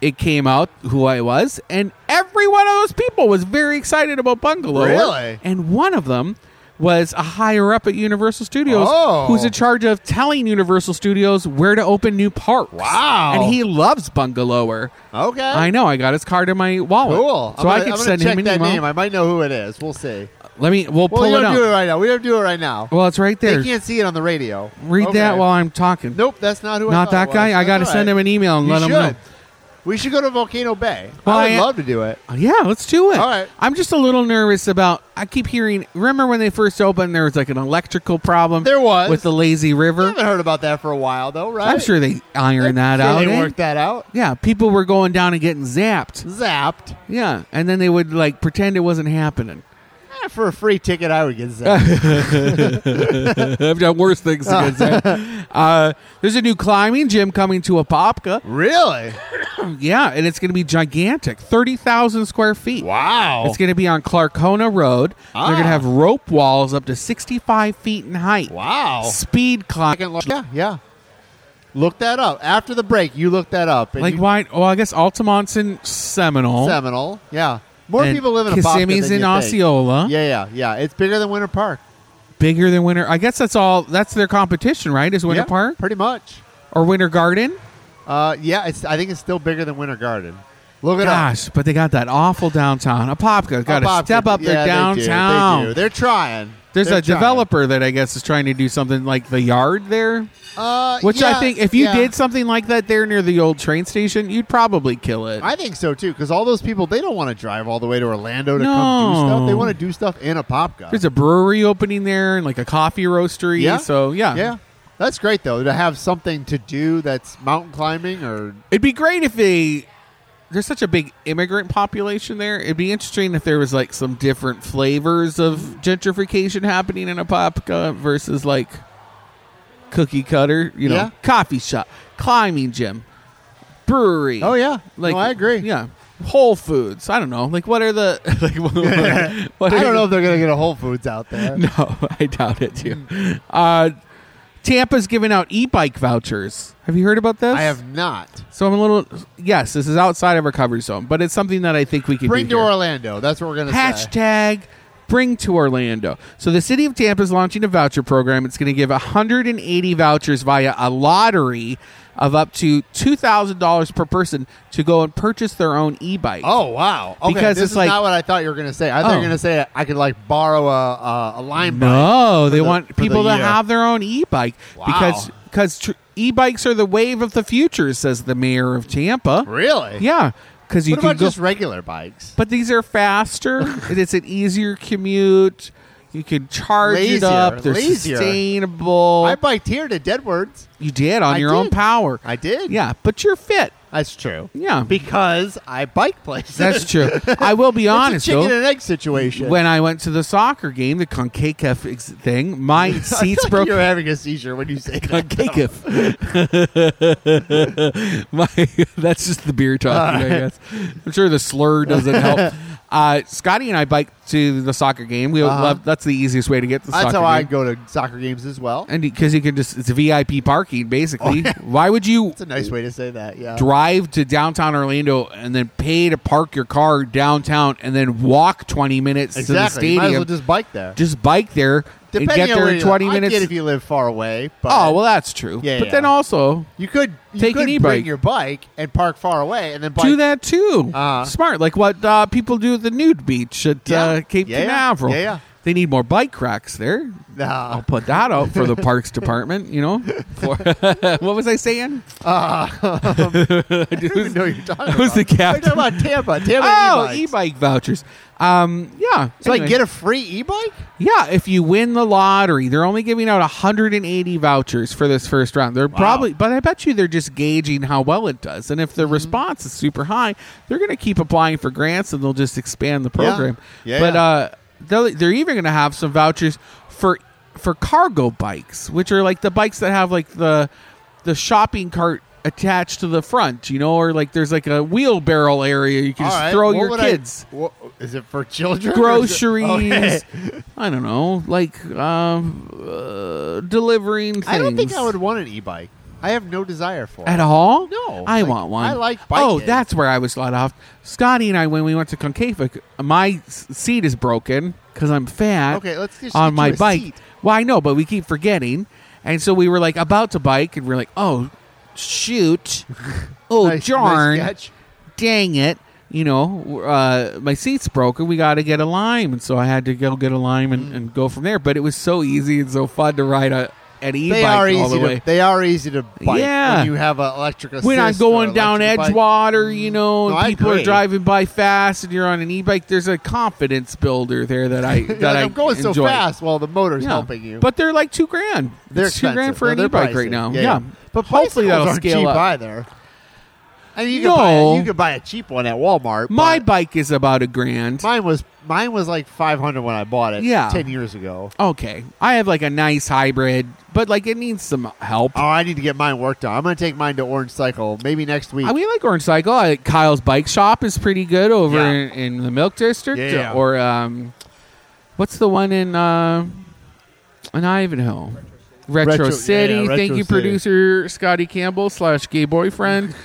[SPEAKER 2] it came out who I was, and every one of those people was very excited about bungalow.
[SPEAKER 1] Really?
[SPEAKER 2] And one of them was a higher up at Universal Studios
[SPEAKER 1] Oh.
[SPEAKER 2] who's in charge of telling Universal Studios where to open new parks.
[SPEAKER 1] Wow.
[SPEAKER 2] And he loves Bungalower.
[SPEAKER 1] Okay.
[SPEAKER 2] I know. I got his card in my wallet.
[SPEAKER 1] Cool. I'm
[SPEAKER 2] So i
[SPEAKER 1] gonna,
[SPEAKER 2] could
[SPEAKER 1] I'm
[SPEAKER 2] send
[SPEAKER 1] gonna check
[SPEAKER 2] him an
[SPEAKER 1] that
[SPEAKER 2] email.
[SPEAKER 1] name. I might know who it is. We'll see.
[SPEAKER 2] Let me. We'll
[SPEAKER 1] Well,
[SPEAKER 2] pull
[SPEAKER 1] we
[SPEAKER 2] it
[SPEAKER 1] don't
[SPEAKER 2] up.
[SPEAKER 1] do it right now. We don't do it right now.
[SPEAKER 2] Well, it's right there.
[SPEAKER 1] They can't see it on the radio.
[SPEAKER 2] Read
[SPEAKER 1] Okay.
[SPEAKER 2] that while I'm talking.
[SPEAKER 1] Nope, that's not who. I
[SPEAKER 2] Not
[SPEAKER 1] thought
[SPEAKER 2] that
[SPEAKER 1] it
[SPEAKER 2] guy.
[SPEAKER 1] was.
[SPEAKER 2] I got to
[SPEAKER 1] That's all
[SPEAKER 2] send
[SPEAKER 1] right.
[SPEAKER 2] him an email and
[SPEAKER 1] You
[SPEAKER 2] let him
[SPEAKER 1] should.
[SPEAKER 2] know.
[SPEAKER 1] We should go to Volcano Bay.
[SPEAKER 2] Well,
[SPEAKER 1] I would
[SPEAKER 2] I-
[SPEAKER 1] love to do it.
[SPEAKER 2] Yeah, let's do it.
[SPEAKER 1] All right.
[SPEAKER 2] I'm just a little nervous about. I keep hearing. Remember when they first opened? There was like an electrical problem.
[SPEAKER 1] There was.
[SPEAKER 2] with the lazy
[SPEAKER 1] I
[SPEAKER 2] river.
[SPEAKER 1] haven't heard about that for a while though, right?
[SPEAKER 2] I'm sure they
[SPEAKER 1] I'm
[SPEAKER 2] ironed that
[SPEAKER 1] sure
[SPEAKER 2] out.
[SPEAKER 1] They
[SPEAKER 2] eh?
[SPEAKER 1] worked that out.
[SPEAKER 2] Yeah, people were going down and getting zapped.
[SPEAKER 1] Zapped.
[SPEAKER 2] Yeah, and then they would like pretend it wasn't happening.
[SPEAKER 1] Eh, For a free ticket, I would get zapped.
[SPEAKER 2] I've done worse things to get zapped. uh, there's a new climbing gym coming to Apopka.
[SPEAKER 1] really?
[SPEAKER 2] Yeah, and it's going to be gigantic, thirty thousand square feet.
[SPEAKER 1] Wow.
[SPEAKER 2] It's going to be on Clarkona Road. They're going
[SPEAKER 1] Ah.
[SPEAKER 2] to have rope walls up to 65 feet in height.
[SPEAKER 1] wow.
[SPEAKER 2] Speed clock.
[SPEAKER 1] Second lo- Yeah, yeah. Look that up after the break. You look that up. And
[SPEAKER 2] Like
[SPEAKER 1] you,
[SPEAKER 2] why? Well, I guess Altamont's in Seminole.
[SPEAKER 1] Seminole. Yeah. More
[SPEAKER 2] And
[SPEAKER 1] people live in Apopka than
[SPEAKER 2] Kissimmee's in
[SPEAKER 1] you think.
[SPEAKER 2] Osceola.
[SPEAKER 1] Yeah, yeah, yeah. It's bigger than Winter Park.
[SPEAKER 2] Bigger than Winter. I guess that's all. That's their competition, right? Is Winter
[SPEAKER 1] Yeah,
[SPEAKER 2] Park
[SPEAKER 1] Pretty much.
[SPEAKER 2] or Winter Garden?
[SPEAKER 1] Uh, yeah, it's, I think it's still bigger than Winter Garden. Look at
[SPEAKER 2] Gosh, but they got that awful downtown. Apopka got to step up their downtown.
[SPEAKER 1] They do. They're trying.
[SPEAKER 2] There's
[SPEAKER 1] They're
[SPEAKER 2] a
[SPEAKER 1] trying.
[SPEAKER 2] developer that I guess is trying to do something like the yard there,
[SPEAKER 1] Uh,
[SPEAKER 2] which
[SPEAKER 1] yeah,
[SPEAKER 2] I think if you
[SPEAKER 1] yeah.
[SPEAKER 2] did something like that there near the old train station, you'd probably kill it.
[SPEAKER 1] I think so too, because all those people they don't want to drive all the way to Orlando to come do
[SPEAKER 2] No.
[SPEAKER 1] stuff. They want to do stuff in Apopka.
[SPEAKER 2] There's a brewery opening there and like a coffee roastery.
[SPEAKER 1] Yeah.
[SPEAKER 2] So yeah.
[SPEAKER 1] yeah, that's great though to have something to do that's mountain climbing or
[SPEAKER 2] It'd be great if they there's such a big immigrant population there. It'd be interesting if there was like some different flavors of gentrification happening in Apopka versus like cookie cutter, you know,
[SPEAKER 1] Yeah.
[SPEAKER 2] coffee shop, climbing gym, brewery.
[SPEAKER 1] oh yeah,
[SPEAKER 2] Like
[SPEAKER 1] no, I agree.
[SPEAKER 2] Yeah. Whole Foods. I don't know. Like what are the like what, what
[SPEAKER 1] I
[SPEAKER 2] are
[SPEAKER 1] don't know
[SPEAKER 2] the-
[SPEAKER 1] if they're gonna get a Whole Foods out there.
[SPEAKER 2] no, I doubt it too. Uh, Tampa's giving out e-bike vouchers. Have you heard about this?
[SPEAKER 1] I have not.
[SPEAKER 2] So I'm a little. Yes, this is outside of our coverage zone, but it's something that I think we could
[SPEAKER 1] Bring to
[SPEAKER 2] do here.
[SPEAKER 1] Orlando. That's what we're gonna say.
[SPEAKER 2] Hashtag bring to Orlando. So the city of Tampa is launching a voucher program. It's going to give 180 vouchers via a lottery of up to two thousand dollars per person to go and purchase their own e-bike.
[SPEAKER 1] Oh wow! Okay,
[SPEAKER 2] Because
[SPEAKER 1] this
[SPEAKER 2] it's
[SPEAKER 1] is
[SPEAKER 2] like-
[SPEAKER 1] not what I thought you were gonna say. I thought you
[SPEAKER 2] Oh.
[SPEAKER 1] were gonna say I could like borrow a a, a line bike.
[SPEAKER 2] no, they
[SPEAKER 1] the-
[SPEAKER 2] want
[SPEAKER 1] for the
[SPEAKER 2] people to
[SPEAKER 1] year.
[SPEAKER 2] have their own e-bike
[SPEAKER 1] Wow.
[SPEAKER 2] because because tr- e-bikes are the wave of the future, says the mayor of Tampa.
[SPEAKER 1] Really?
[SPEAKER 2] Yeah, because you
[SPEAKER 1] What
[SPEAKER 2] can
[SPEAKER 1] about
[SPEAKER 2] go-
[SPEAKER 1] just regular bikes?
[SPEAKER 2] But these are faster. and it's an easier commute. You can charge it
[SPEAKER 1] Lazier,
[SPEAKER 2] up. They're
[SPEAKER 1] lazier.
[SPEAKER 2] sustainable.
[SPEAKER 1] I biked here to Deadwards.
[SPEAKER 2] you did on
[SPEAKER 1] I
[SPEAKER 2] your own
[SPEAKER 1] did.
[SPEAKER 2] power.
[SPEAKER 1] I did.
[SPEAKER 2] Yeah, but you're fit.
[SPEAKER 1] that's true.
[SPEAKER 2] Yeah,
[SPEAKER 1] Because I bike places.
[SPEAKER 2] that's true. I will be honest
[SPEAKER 1] it's a chicken
[SPEAKER 2] though.
[SPEAKER 1] and egg situation.
[SPEAKER 2] When I went to the soccer game, the Concacaf ex- thing, my
[SPEAKER 1] I feel
[SPEAKER 2] seats
[SPEAKER 1] like
[SPEAKER 2] broke.
[SPEAKER 1] You're having a seizure when you say that.
[SPEAKER 2] Concacaf. my, that's just the beer talking, I guess. I'm sure the slur doesn't help. Uh, Scotty and I biked to the soccer game. We
[SPEAKER 1] Uh-huh.
[SPEAKER 2] love that's the easiest way to get to the
[SPEAKER 1] That's
[SPEAKER 2] soccer
[SPEAKER 1] how I
[SPEAKER 2] game.
[SPEAKER 1] go to soccer games as well.
[SPEAKER 2] and because you can just it's VIP parking basically. Why would you
[SPEAKER 1] Oh, It's a nice way to say that. Yeah.
[SPEAKER 2] drive to downtown Orlando and then pay to park your car downtown and then walk twenty minutes to the
[SPEAKER 1] exactly. You
[SPEAKER 2] stadium?
[SPEAKER 1] might as well just bike there.
[SPEAKER 2] Just bike there
[SPEAKER 1] Depending
[SPEAKER 2] and get
[SPEAKER 1] on
[SPEAKER 2] there
[SPEAKER 1] where
[SPEAKER 2] in
[SPEAKER 1] you-
[SPEAKER 2] twenty
[SPEAKER 1] I
[SPEAKER 2] minutes.
[SPEAKER 1] get if you live far away. But
[SPEAKER 2] oh well, that's true.
[SPEAKER 1] Yeah,
[SPEAKER 2] but
[SPEAKER 1] yeah.
[SPEAKER 2] then also
[SPEAKER 1] you could you
[SPEAKER 2] Take
[SPEAKER 1] could
[SPEAKER 2] an
[SPEAKER 1] bring
[SPEAKER 2] e-bike.
[SPEAKER 1] your bike and park far away and then bike
[SPEAKER 2] do that too.
[SPEAKER 1] Uh-huh.
[SPEAKER 2] Smart, like what uh, people do at the nude beach at uh,
[SPEAKER 1] Yeah.
[SPEAKER 2] Cape
[SPEAKER 1] Yeah, yeah.
[SPEAKER 2] Canaveral.
[SPEAKER 1] Yeah, yeah.
[SPEAKER 2] They need more bike racks there.
[SPEAKER 1] Nah.
[SPEAKER 2] I'll put that out for the parks department. You know, for what was I saying?
[SPEAKER 1] Uh, I don't even know what you're talking
[SPEAKER 2] Oh, Who's
[SPEAKER 1] about.
[SPEAKER 2] the
[SPEAKER 1] I'm
[SPEAKER 2] captain?
[SPEAKER 1] talking about Tampa. Tampa
[SPEAKER 2] Oh,
[SPEAKER 1] e-bikes.
[SPEAKER 2] e-bike vouchers. Um, yeah.
[SPEAKER 1] So I
[SPEAKER 2] Anyway.
[SPEAKER 1] can get a free e-bike?
[SPEAKER 2] Yeah, if you win the lottery, they're only giving out 180 vouchers for this first round. They're probably, but I bet you they're just gauging how well it does. And if
[SPEAKER 1] Mm-hmm.
[SPEAKER 2] the response is super high, they're going to keep applying for grants and they'll just expand the program.
[SPEAKER 1] Yeah,
[SPEAKER 2] but
[SPEAKER 1] yeah.
[SPEAKER 2] uh, they'll, they're even going to have some vouchers for for cargo bikes, which are like the bikes that have like the the shopping cart attached to the front, you know, or like there's like a wheelbarrow area you can
[SPEAKER 1] All
[SPEAKER 2] just
[SPEAKER 1] right,
[SPEAKER 2] throw
[SPEAKER 1] what
[SPEAKER 2] your
[SPEAKER 1] would I-
[SPEAKER 2] kids
[SPEAKER 1] what- is it for children? or is it-
[SPEAKER 2] groceries.
[SPEAKER 1] Okay.
[SPEAKER 2] Oh, I don't know, like um, uh, delivering things.
[SPEAKER 1] I don't think I would want an e-bike. I have no desire for it.
[SPEAKER 2] at all.
[SPEAKER 1] No,
[SPEAKER 2] I
[SPEAKER 1] like,
[SPEAKER 2] want one.
[SPEAKER 1] I like
[SPEAKER 2] Oh,
[SPEAKER 1] biking.
[SPEAKER 2] that's where I was let off. Scotty and I, when we went to Concava, my s- seat is broken because I'm fat
[SPEAKER 1] Okay, let's just
[SPEAKER 2] on
[SPEAKER 1] get
[SPEAKER 2] my
[SPEAKER 1] you a
[SPEAKER 2] bike.
[SPEAKER 1] seat.
[SPEAKER 2] Well, I know, but we keep forgetting. And so we were like about to bike, and we're like, oh, shoot. Oh,
[SPEAKER 1] Nice- nice
[SPEAKER 2] darn.
[SPEAKER 1] sketch.
[SPEAKER 2] dang it. You know, uh, my seat's broken. We got to get a lime. And so I had to go get a lime and, and go from there. But it was so easy and so fun to ride a, an e
[SPEAKER 1] They
[SPEAKER 2] bike all
[SPEAKER 1] are
[SPEAKER 2] the
[SPEAKER 1] easy
[SPEAKER 2] way.
[SPEAKER 1] to. They are easy to bike
[SPEAKER 2] Yeah.
[SPEAKER 1] when you have an electric.
[SPEAKER 2] We're not
[SPEAKER 1] assist or
[SPEAKER 2] going down
[SPEAKER 1] electric bike. Mm.
[SPEAKER 2] Edgewater, you know.
[SPEAKER 1] No,
[SPEAKER 2] and
[SPEAKER 1] I
[SPEAKER 2] people are
[SPEAKER 1] agree.
[SPEAKER 2] driving by fast, and you're on an e-bike. There's a confidence builder there that I
[SPEAKER 1] You're
[SPEAKER 2] that
[SPEAKER 1] like,
[SPEAKER 2] I
[SPEAKER 1] I'm going
[SPEAKER 2] enjoy.
[SPEAKER 1] so fast while the motor's
[SPEAKER 2] Yeah.
[SPEAKER 1] helping you.
[SPEAKER 2] but they're like two grand.
[SPEAKER 1] they're
[SPEAKER 2] It's two
[SPEAKER 1] expensive.
[SPEAKER 2] grand for
[SPEAKER 1] No,
[SPEAKER 2] an
[SPEAKER 1] they're
[SPEAKER 2] e-bike
[SPEAKER 1] pricey.
[SPEAKER 2] right now. Yeah, but
[SPEAKER 1] Bicycles
[SPEAKER 2] hopefully that'll
[SPEAKER 1] aren't
[SPEAKER 2] scale
[SPEAKER 1] cheap
[SPEAKER 2] up.
[SPEAKER 1] either. I mean, you can buy
[SPEAKER 2] No.
[SPEAKER 1] a, you can buy a cheap one at Walmart.
[SPEAKER 2] My
[SPEAKER 1] but
[SPEAKER 2] bike is about a grand.
[SPEAKER 1] mine was mine was like 500 when I bought it.
[SPEAKER 2] Yeah.
[SPEAKER 1] ten years ago.
[SPEAKER 2] okay, I have like a nice hybrid, but like it needs some help.
[SPEAKER 1] Oh, I need to get mine worked on. I'm going to take mine to Orange Cycle maybe next week.
[SPEAKER 2] I mean, like Orange Cycle. I, Kyle's Bike Shop is pretty good over
[SPEAKER 1] Yeah.
[SPEAKER 2] in, in the Milk District.
[SPEAKER 1] Yeah, yeah.
[SPEAKER 2] Or um, what's the one in uh, in Ivanhoe? Retro,
[SPEAKER 1] Retro- yeah,
[SPEAKER 2] City.
[SPEAKER 1] yeah,
[SPEAKER 2] Thank
[SPEAKER 1] Retro
[SPEAKER 2] you,
[SPEAKER 1] City.
[SPEAKER 2] producer Scotty Campbell slash gay boyfriend.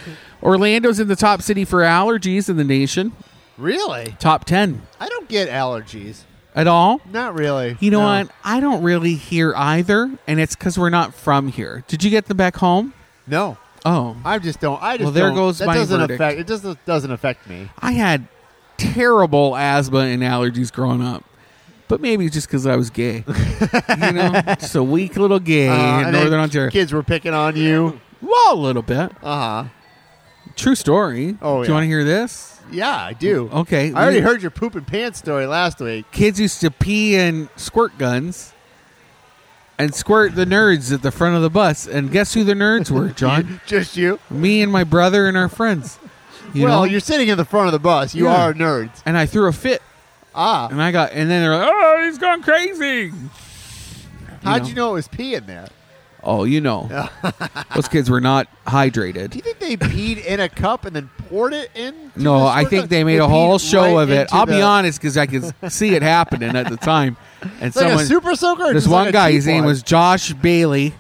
[SPEAKER 2] Orlando's in the top city for allergies in the nation.
[SPEAKER 1] really?
[SPEAKER 2] Top ten
[SPEAKER 1] I don't get allergies.
[SPEAKER 2] at all.
[SPEAKER 1] Not really.
[SPEAKER 2] You know
[SPEAKER 1] No.
[SPEAKER 2] what? I don't really hear either, and it's because we're not from here. Did you get them back home?
[SPEAKER 1] No,
[SPEAKER 2] Oh,
[SPEAKER 1] I just don't. I just
[SPEAKER 2] Well, there
[SPEAKER 1] don't-
[SPEAKER 2] goes
[SPEAKER 1] that
[SPEAKER 2] my
[SPEAKER 1] doesn't
[SPEAKER 2] verdict.
[SPEAKER 1] affect. It doesn't doesn't affect me.
[SPEAKER 2] I had terrible asthma and allergies growing up, but maybe it's just because I was gay. you know, just a weak little gay
[SPEAKER 1] Uh,
[SPEAKER 2] in
[SPEAKER 1] and then
[SPEAKER 2] Northern Ontario.
[SPEAKER 1] Kids were picking on you.
[SPEAKER 2] well, a little bit.
[SPEAKER 1] Uh huh.
[SPEAKER 2] True story.
[SPEAKER 1] Oh,
[SPEAKER 2] do
[SPEAKER 1] yeah.
[SPEAKER 2] you want to hear this?
[SPEAKER 1] Yeah, I do.
[SPEAKER 2] Okay,
[SPEAKER 1] I already
[SPEAKER 2] Oh, we-
[SPEAKER 1] heard your poop and pants story last week.
[SPEAKER 2] Kids used to pee in squirt guns. And squirt the nerds at the front of the bus. And guess who the nerds were, John?
[SPEAKER 1] Just you.
[SPEAKER 2] Me and my brother and our friends. You
[SPEAKER 1] well,
[SPEAKER 2] know?
[SPEAKER 1] you're sitting in the front of the bus. You
[SPEAKER 2] Yeah.
[SPEAKER 1] are nerds.
[SPEAKER 2] and I threw a fit.
[SPEAKER 1] Ah,
[SPEAKER 2] And I got, and then they're like, "Oh, he's gone crazy."
[SPEAKER 1] how'd
[SPEAKER 2] know.
[SPEAKER 1] you know it was pee in there?
[SPEAKER 2] Oh, you know, those kids were not hydrated.
[SPEAKER 1] Do you think they peed in a cup and then poured it in? to
[SPEAKER 2] No,
[SPEAKER 1] the
[SPEAKER 2] I
[SPEAKER 1] squirt
[SPEAKER 2] think
[SPEAKER 1] gun?
[SPEAKER 2] they made a whole
[SPEAKER 1] peed
[SPEAKER 2] show
[SPEAKER 1] right
[SPEAKER 2] of it.
[SPEAKER 1] into
[SPEAKER 2] I'll be
[SPEAKER 1] the-
[SPEAKER 2] honest, because I could see it happening at the time. And
[SPEAKER 1] It's like
[SPEAKER 2] someone,
[SPEAKER 1] a super soaker. or
[SPEAKER 2] this
[SPEAKER 1] just
[SPEAKER 2] one
[SPEAKER 1] like a
[SPEAKER 2] guy,
[SPEAKER 1] cheap
[SPEAKER 2] his name
[SPEAKER 1] one?
[SPEAKER 2] was Josh Bailey.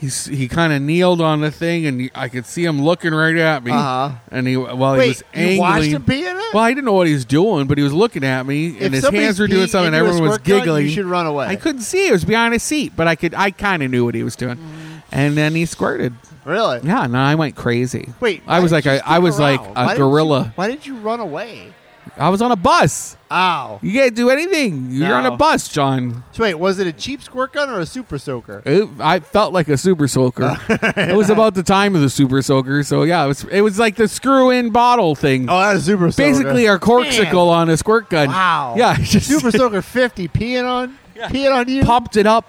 [SPEAKER 2] He's he kind of kneeled on the thing, and he- I could see him looking right at me.
[SPEAKER 1] Uh-huh.
[SPEAKER 2] And he while
[SPEAKER 1] Wait,
[SPEAKER 2] he was
[SPEAKER 1] you watched
[SPEAKER 2] angling,
[SPEAKER 1] him pee in it?
[SPEAKER 2] well, I didn't know what he was doing, but he was looking at me, and
[SPEAKER 1] If
[SPEAKER 2] his
[SPEAKER 1] somebody's
[SPEAKER 2] hands were doing
[SPEAKER 1] peeing
[SPEAKER 2] something, and
[SPEAKER 1] into a
[SPEAKER 2] everyone was
[SPEAKER 1] squirt gun,
[SPEAKER 2] giggling.
[SPEAKER 1] you should run away.
[SPEAKER 2] I couldn't see; it was behind his seat, but I could. I kind of knew what he was doing,
[SPEAKER 1] Mm.
[SPEAKER 2] and then he squirted.
[SPEAKER 1] really?
[SPEAKER 2] Yeah, and I went crazy.
[SPEAKER 1] Wait,
[SPEAKER 2] I was
[SPEAKER 1] why
[SPEAKER 2] like
[SPEAKER 1] did you
[SPEAKER 2] a,
[SPEAKER 1] stick
[SPEAKER 2] I was like
[SPEAKER 1] around? Why
[SPEAKER 2] a
[SPEAKER 1] did you-
[SPEAKER 2] gorilla.
[SPEAKER 1] why did you run away?
[SPEAKER 2] I was on a bus.
[SPEAKER 1] Ow.
[SPEAKER 2] You can't do anything. You're on a
[SPEAKER 1] No.
[SPEAKER 2] bus, John.
[SPEAKER 1] So wait, was it a cheap squirt gun or a super soaker?
[SPEAKER 2] It, I felt like a super soaker. it was about the time of the super soaker, so yeah, it was. It was like the screw in bottle thing.
[SPEAKER 1] Oh, that's a super soaker.
[SPEAKER 2] Basically, our corksicle on a squirt gun.
[SPEAKER 1] Wow.
[SPEAKER 2] Yeah, just
[SPEAKER 1] super soaker fifty peeing on peeing on you.
[SPEAKER 2] popped it up,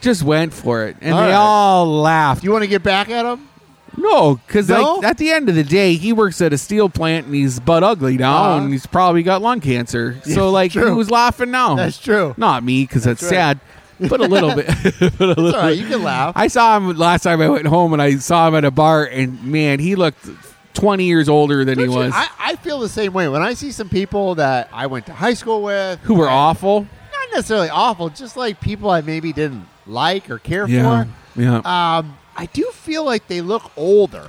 [SPEAKER 2] just went for it, and
[SPEAKER 1] All
[SPEAKER 2] they
[SPEAKER 1] right.
[SPEAKER 2] all laughed.
[SPEAKER 1] You want to get back at him?
[SPEAKER 2] No, because
[SPEAKER 1] No?
[SPEAKER 2] like at the end of the day, he works at a steel plant and he's butt ugly now,
[SPEAKER 1] Uh-huh.
[SPEAKER 2] and he's probably got lung cancer. So like,
[SPEAKER 1] true.
[SPEAKER 2] who's laughing now?
[SPEAKER 1] That's true.
[SPEAKER 2] Not me, because that's,
[SPEAKER 1] right.
[SPEAKER 2] sad, but a little bit. but a
[SPEAKER 1] It's
[SPEAKER 2] little.
[SPEAKER 1] all right. You can laugh.
[SPEAKER 2] I saw him last time I went home, and I saw him at a bar, and man, he looked twenty years older than
[SPEAKER 1] Don't
[SPEAKER 2] he
[SPEAKER 1] you-
[SPEAKER 2] was.
[SPEAKER 1] I, I feel the same way when I see some people that I went to high school with
[SPEAKER 2] who were awful?
[SPEAKER 1] not necessarily awful, just like people I maybe didn't like or care
[SPEAKER 2] Yeah, yeah,
[SPEAKER 1] for. Um, I do feel like they look older.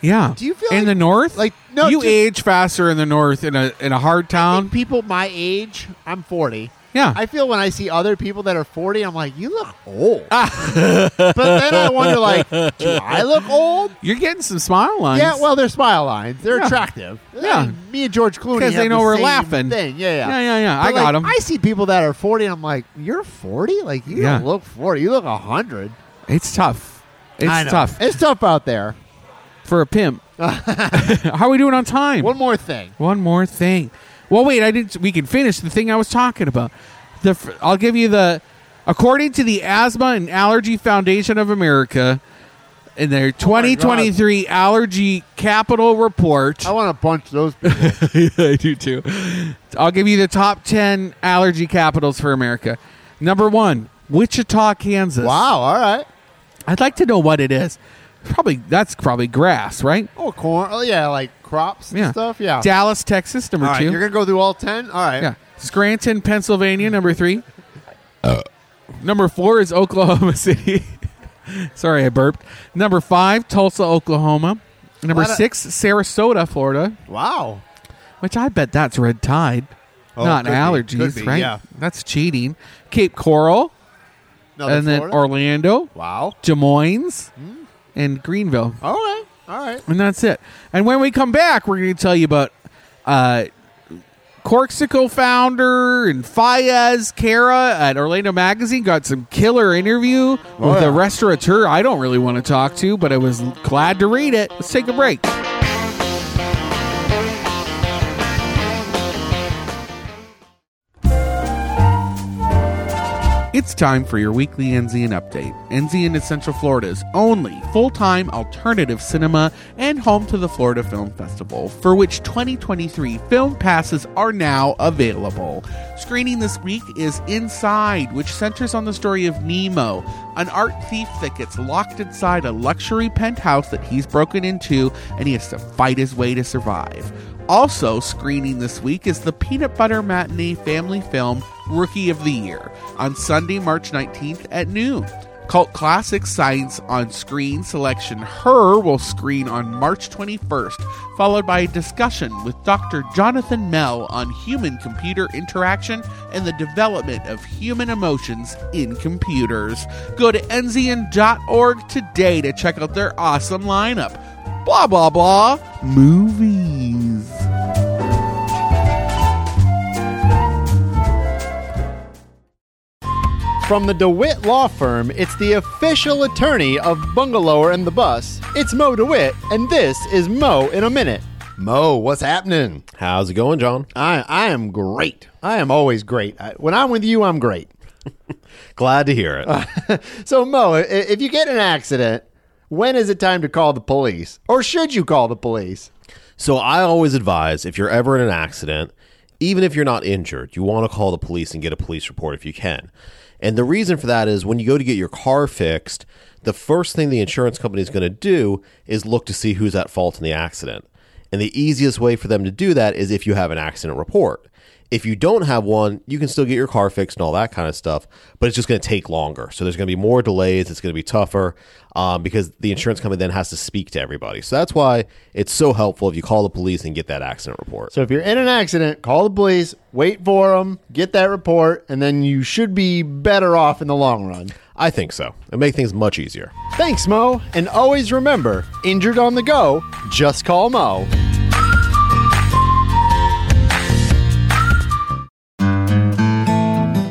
[SPEAKER 2] yeah.
[SPEAKER 1] do you feel
[SPEAKER 2] in
[SPEAKER 1] like-
[SPEAKER 2] the north?
[SPEAKER 1] like, no,
[SPEAKER 2] you
[SPEAKER 1] just-
[SPEAKER 2] age faster in the north in a in a hard
[SPEAKER 1] Um,
[SPEAKER 2] town.
[SPEAKER 1] people my age, I'm 40.
[SPEAKER 2] Yeah,
[SPEAKER 1] I feel when I see other people that are 40, I'm like, you look old. but then I wonder, like, do I look old?
[SPEAKER 2] you're getting some smile lines.
[SPEAKER 1] Yeah, well, they're smile lines. They're
[SPEAKER 2] Yeah.
[SPEAKER 1] attractive. I
[SPEAKER 2] Yeah.
[SPEAKER 1] mean, me and George Clooney
[SPEAKER 2] 'Cause they
[SPEAKER 1] have
[SPEAKER 2] know
[SPEAKER 1] the
[SPEAKER 2] we're
[SPEAKER 1] same
[SPEAKER 2] laughing.
[SPEAKER 1] Thing, yeah, yeah.
[SPEAKER 2] yeah, yeah, yeah. I
[SPEAKER 1] But,
[SPEAKER 2] got
[SPEAKER 1] like,
[SPEAKER 2] them.
[SPEAKER 1] I see people that are 40, and I'm like, you're 40? Like, you
[SPEAKER 2] Yeah.
[SPEAKER 1] don't look 40. You look 100.
[SPEAKER 2] It's tough. It's
[SPEAKER 1] I know.
[SPEAKER 2] tough
[SPEAKER 1] It's tough out there.
[SPEAKER 2] for a pimp. How are we doing on time?
[SPEAKER 1] One more thing.
[SPEAKER 2] One more thing. Well, wait. I didn't. We can finish the thing I was talking about. The fr- I'll give you the. According to the Asthma and Allergy Foundation of America, in
[SPEAKER 1] Oh
[SPEAKER 2] their 2023 Allergy Capital Report,
[SPEAKER 1] I want to punch those people.
[SPEAKER 2] I do too. I'll give you the top 10 allergy capitals for America. Number one, Wichita, Kansas.
[SPEAKER 1] wow, all right.
[SPEAKER 2] I'd like to know what it is. Probably that's probably grass, right?
[SPEAKER 1] Oh, corn. Oh, yeah, like crops and
[SPEAKER 2] Yeah.
[SPEAKER 1] stuff. Yeah.
[SPEAKER 2] Dallas, Texas, number
[SPEAKER 1] all right,
[SPEAKER 2] two.
[SPEAKER 1] you're going to go through all 10? All right.
[SPEAKER 2] Yeah. Scranton, Pennsylvania, number three. Number four is Oklahoma City. Sorry, I burped. Number five, Tulsa, Oklahoma. Number
[SPEAKER 1] Lot of-
[SPEAKER 2] six, Sarasota, Florida,
[SPEAKER 1] Wow.
[SPEAKER 2] which I bet that's red tide.
[SPEAKER 1] Oh,
[SPEAKER 2] not
[SPEAKER 1] could be.
[SPEAKER 2] allergies,
[SPEAKER 1] Could be,
[SPEAKER 2] right?
[SPEAKER 1] yeah.
[SPEAKER 2] That's cheating. Cape Coral,
[SPEAKER 1] No,
[SPEAKER 2] and then
[SPEAKER 1] Florida? Hmm.
[SPEAKER 2] Orlando,
[SPEAKER 1] wow.
[SPEAKER 2] Des Moines, and Greenville.
[SPEAKER 1] All right, all right.
[SPEAKER 2] And that's it. And when we come back, we're going to tell you about uh, Corksico founder and Fayez Cara at Orlando Magazine got some killer interview with
[SPEAKER 1] Oh, yeah.
[SPEAKER 2] a restaurateur I don't really want to talk to, but I was glad to read it. Let's take a break. It's time for your weekly Enzian update. Enzian is Central Florida's only full time alternative cinema and home to the Florida Film Festival, for which 2023 film passes are now available. Screening this week is Inside, which centers on the story of Nemo, an art thief that gets locked inside a luxury penthouse that he's broken into and he has to fight his way to survive. Also screening this week is the Peanut Butter Matinee family film Rookie of the Year on Sunday, March 19th at noon. Cult Classic Science on Screen selection Her will screen on March 21st, followed by a discussion with Dr. Jonathan Mell on human computer interaction and the development of human emotions in computers. Go to enzian.org today to check out their awesome lineup blah blah blah movies.
[SPEAKER 1] From the DeWitt Law Firm, it's the official attorney of Bungalower and the Bus. It's Mo DeWitt, and this is Mo in a Minute. Mo, what's happening?
[SPEAKER 4] How's it going, John?
[SPEAKER 1] I, I am great. I am always great. I, when I'm with you, I'm great.
[SPEAKER 4] Glad to hear it.
[SPEAKER 1] So, Mo, i- if you get in an accident, when is it time to call the police? Or should you call the police?
[SPEAKER 4] so, I always advise if you're ever in an accident, even if you're not injured, you want to call the police and get a police report if you can. And the reason for that is when you go to get your car fixed, the first thing the insurance company is going to do is look to see who's at fault in the accident. And the easiest way for them to do that is if you have an accident report. If you don't have one, you can still get your car fixed and all that kind of stuff, but it's just going to take longer. So there's going to be more delays. It's going to be tougher um, because the insurance company then has to speak to everybody. So that's why it's so helpful if you call the police and get that accident report.
[SPEAKER 1] So, if you're in an accident, call the police, wait for them, get that report, and then you should be better off in the long run.
[SPEAKER 4] I think so. It make things much easier.
[SPEAKER 1] Thanks, Mo. And always remember injured on the go, just call Mo.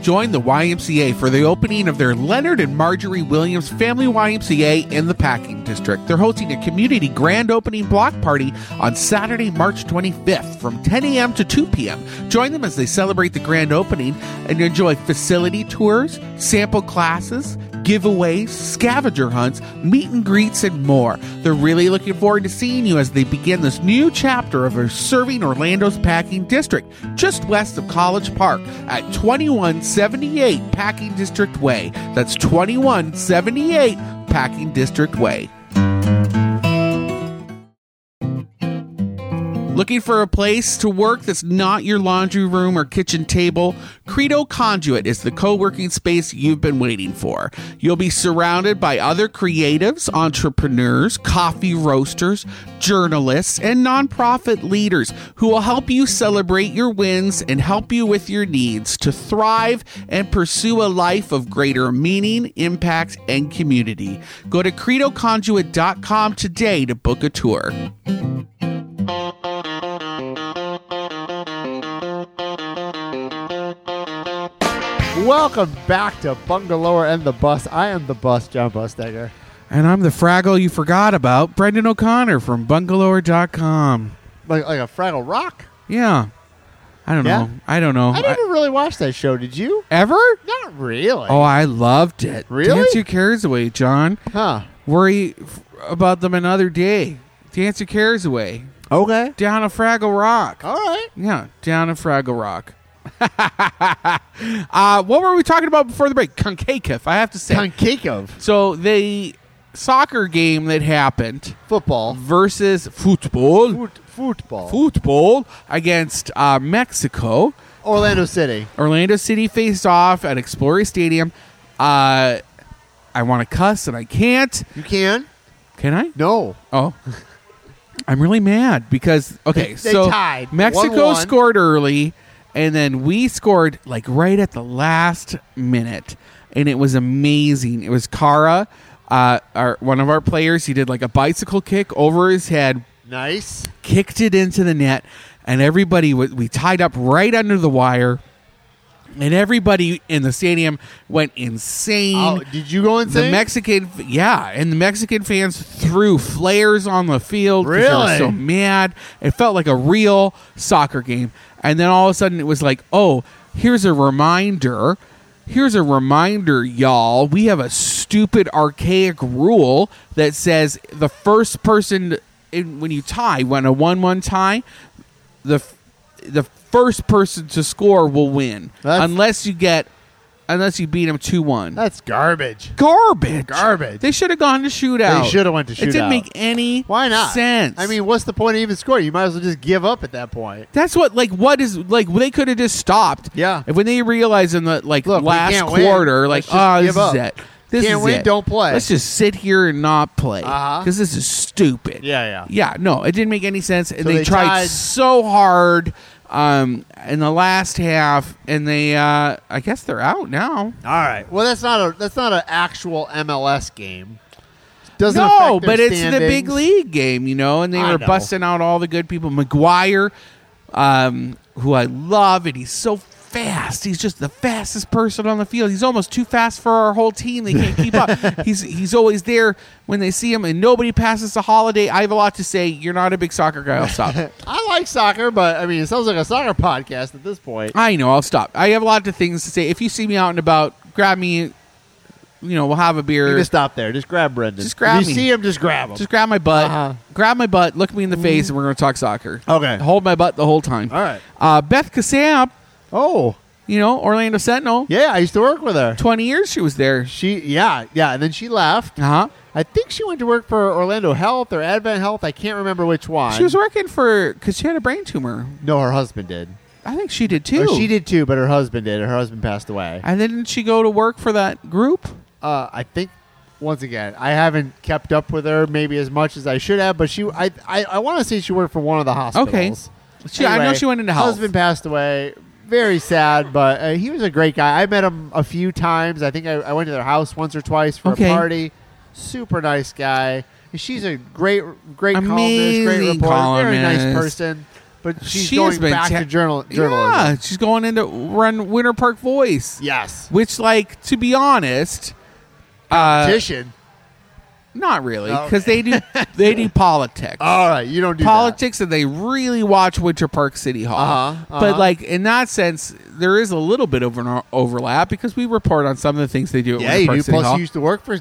[SPEAKER 2] Join the YMCA for the opening of their Leonard and Marjorie Williams Family YMCA in the Packing District. They're hosting a community grand opening block party on Saturday, March 25th from 10 a.m. to 2 p.m. Join them as they celebrate the grand opening and enjoy facility tours, sample classes, giveaways, scavenger hunts, meet and greets, and more. They're really looking forward to seeing you as they begin this new chapter of serving Orlando's packing district, just west of College Park at 2178 Packing District Way. That's 2178 Packing District Way. Looking for a place to work that's not your laundry room or kitchen table? Credo Conduit is the co working space you've been waiting for. You'll be surrounded by other creatives, entrepreneurs, coffee roasters, journalists, and nonprofit leaders who will help you celebrate your wins and help you with your needs to thrive and pursue a life of greater meaning, impact, and community. Go to credoconduit.com today to book a tour.
[SPEAKER 1] Welcome back to Bungalower and the Bus. I am the bus, John Bustegger.
[SPEAKER 2] And I'm the Fraggle you forgot about, Brendan O'Connor from bungalower.com.
[SPEAKER 1] Like, like a Fraggle Rock?
[SPEAKER 2] Yeah. I don't
[SPEAKER 1] Yeah?
[SPEAKER 2] know. I don't know.
[SPEAKER 1] I
[SPEAKER 2] I-
[SPEAKER 1] never really watched that show, did you?
[SPEAKER 2] ever?
[SPEAKER 1] Not really.
[SPEAKER 2] Oh, I loved it.
[SPEAKER 1] Really?
[SPEAKER 2] Dance Your Cares Away, John.
[SPEAKER 1] huh.
[SPEAKER 2] Worry f- about them another day. Dance Your Cares Away.
[SPEAKER 1] Okay.
[SPEAKER 2] Down a Fraggle Rock.
[SPEAKER 1] All right.
[SPEAKER 2] Yeah, down a Fraggle Rock. uh, what were we talking about before the break? Concacaf, I have to say.
[SPEAKER 1] Konkakov
[SPEAKER 2] so the soccer game that happened
[SPEAKER 1] football.
[SPEAKER 2] versus football.
[SPEAKER 1] Foot, football.
[SPEAKER 2] football against uh, Mexico.
[SPEAKER 1] Orlando City.
[SPEAKER 2] Orlando City faced off at Explorer Stadium. Uh, I want to cuss and I can't.
[SPEAKER 1] You can?
[SPEAKER 2] Can I?
[SPEAKER 1] No.
[SPEAKER 2] Oh, I'm really mad because
[SPEAKER 1] They-
[SPEAKER 2] okay,
[SPEAKER 1] they
[SPEAKER 2] so
[SPEAKER 1] tied.
[SPEAKER 2] Mexico
[SPEAKER 1] 1-1.
[SPEAKER 2] scored early, And then we scored like right at the last minute, and it was amazing. It was Kara, uh, our, one of our players. He did like a bicycle kick over his head,
[SPEAKER 1] Nice.
[SPEAKER 2] kicked it into the net, and everybody wa- we tied up right under the wire, and everybody in the stadium went insane.
[SPEAKER 1] Oh, did you go
[SPEAKER 2] the
[SPEAKER 1] insane?
[SPEAKER 2] Mexican, yeah, and the Mexican fans threw flares on the field. 'cause They were
[SPEAKER 1] Really?
[SPEAKER 2] so mad. It felt like a real soccer game. And then all of a sudden, it was like, oh, here's a reminder. Here's a reminder, y'all. We have a stupid, archaic rule that says the first person, in, when you tie, when a 1 1 tie, the f- the first person to score will win.
[SPEAKER 1] That's-
[SPEAKER 2] unless you get, unless you beat them 2 1
[SPEAKER 1] That's garbage.
[SPEAKER 2] garbage.
[SPEAKER 1] Garbage.
[SPEAKER 2] They should have gone to shootout.
[SPEAKER 1] They should have went to
[SPEAKER 2] It didn't
[SPEAKER 1] shootout.
[SPEAKER 2] make any
[SPEAKER 1] Why not?
[SPEAKER 2] sense.
[SPEAKER 1] I mean, what's the point of even scoring? You might as well just give up at that point.
[SPEAKER 2] that's what like what is like they could have just stopped.
[SPEAKER 1] Yeah.
[SPEAKER 2] And when they realized in the like
[SPEAKER 1] Look, we
[SPEAKER 2] last
[SPEAKER 1] can't win.
[SPEAKER 2] quarter, like
[SPEAKER 1] Let's just
[SPEAKER 2] oh, this
[SPEAKER 1] give up.
[SPEAKER 2] is it. This
[SPEAKER 1] Can't
[SPEAKER 2] is
[SPEAKER 1] win,
[SPEAKER 2] it.
[SPEAKER 1] don't play.
[SPEAKER 2] Let's just sit here and not play
[SPEAKER 1] Uh-huh.
[SPEAKER 2] because this is stupid.
[SPEAKER 1] Yeah, yeah.
[SPEAKER 2] yeah. No, it didn't make any sense, and
[SPEAKER 1] So
[SPEAKER 2] they,
[SPEAKER 1] they
[SPEAKER 2] tried
[SPEAKER 1] tied-
[SPEAKER 2] so hard um, in the last half, and they uh, I guess they're out now.
[SPEAKER 1] All right. Well, that's not a that's not an actual MLS game. Doesn't
[SPEAKER 2] No,
[SPEAKER 1] affect their
[SPEAKER 2] but it's the big
[SPEAKER 1] standings.
[SPEAKER 2] league game, you know, and they
[SPEAKER 1] I
[SPEAKER 2] were
[SPEAKER 1] know.
[SPEAKER 2] busting out all the good people. McGuire, um, who I love, and he's so fast. He's just the fastest person on the field. He's almost too fast for our whole team. They can't keep up. He's he's always there when they see him, and nobody passes the holiday. I have a lot to say. You're not a big soccer guy. I'll stop.
[SPEAKER 1] I like soccer, but I mean, it sounds like a soccer podcast at this point.
[SPEAKER 2] I know. I'll stop. I have a lot of things to say. If you see me out and about, grab me. You know, we'll have a
[SPEAKER 1] You
[SPEAKER 2] beer.
[SPEAKER 1] can stop there. Just grab Brendan.
[SPEAKER 2] Just grab
[SPEAKER 1] If you
[SPEAKER 2] me.
[SPEAKER 1] see him, just grab him.
[SPEAKER 2] Just grab my butt.
[SPEAKER 1] Uh-huh.
[SPEAKER 2] Grab my butt. Look me in the face, and we're going to talk soccer.
[SPEAKER 1] Okay.
[SPEAKER 2] Hold my butt the whole time.
[SPEAKER 1] All right.
[SPEAKER 2] Uh, Beth Kassab,
[SPEAKER 1] oh,
[SPEAKER 2] you know, Orlando Sentinel.
[SPEAKER 1] yeah. I used to work with her.
[SPEAKER 2] 20 years she was there.
[SPEAKER 1] She, yeah, yeah. And then she left.
[SPEAKER 2] Uh huh.
[SPEAKER 1] I think she went to work for Orlando Health or Advent Health. I can't remember which one.
[SPEAKER 2] She was working for, because she had a brain tumor.
[SPEAKER 1] no, her husband did.
[SPEAKER 2] I think she did too.
[SPEAKER 1] Or Oh, she did too, but her husband did. Her husband passed away.
[SPEAKER 2] And then didn't she go to work for that group?
[SPEAKER 1] uh, I think once again, I haven't kept up with her maybe as much as I should have, but she, I, I, I want to say she worked for one of the hospitals.
[SPEAKER 2] Okay. She, I know
[SPEAKER 1] Anyway,
[SPEAKER 2] she went into health.
[SPEAKER 1] Husband passed away. Very sad, but uh, he was a great guy. I met him a few times. I think I, I went to their house once or twice for
[SPEAKER 2] Okay.
[SPEAKER 1] a party. Super nice guy. And She's a great, great columnist, great
[SPEAKER 2] Amazing
[SPEAKER 1] reporter, very nice
[SPEAKER 2] columnist.
[SPEAKER 1] person. But she's
[SPEAKER 2] She has
[SPEAKER 1] going
[SPEAKER 2] been
[SPEAKER 1] back
[SPEAKER 2] ta-
[SPEAKER 1] to journal-
[SPEAKER 2] Yeah,
[SPEAKER 1] journalism.
[SPEAKER 2] she's going into run Winter Park Voice,
[SPEAKER 1] Yes,
[SPEAKER 2] which, like, to be honest, uh,
[SPEAKER 1] Petition.
[SPEAKER 2] Not really,
[SPEAKER 1] Oh, Okay. Oh,
[SPEAKER 2] because they do they do politics,
[SPEAKER 1] All right, you don't do
[SPEAKER 2] politics, and they really watch Winter Park City Hall.
[SPEAKER 1] Uh-huh, uh-huh.
[SPEAKER 2] But like in that sense, there is a little bit of an overlap because we report on some of the things they do at
[SPEAKER 1] That. Yeah,
[SPEAKER 2] Winter
[SPEAKER 1] you
[SPEAKER 2] Park
[SPEAKER 1] do.
[SPEAKER 2] City
[SPEAKER 1] Plus,
[SPEAKER 2] Hall,
[SPEAKER 1] you used to work for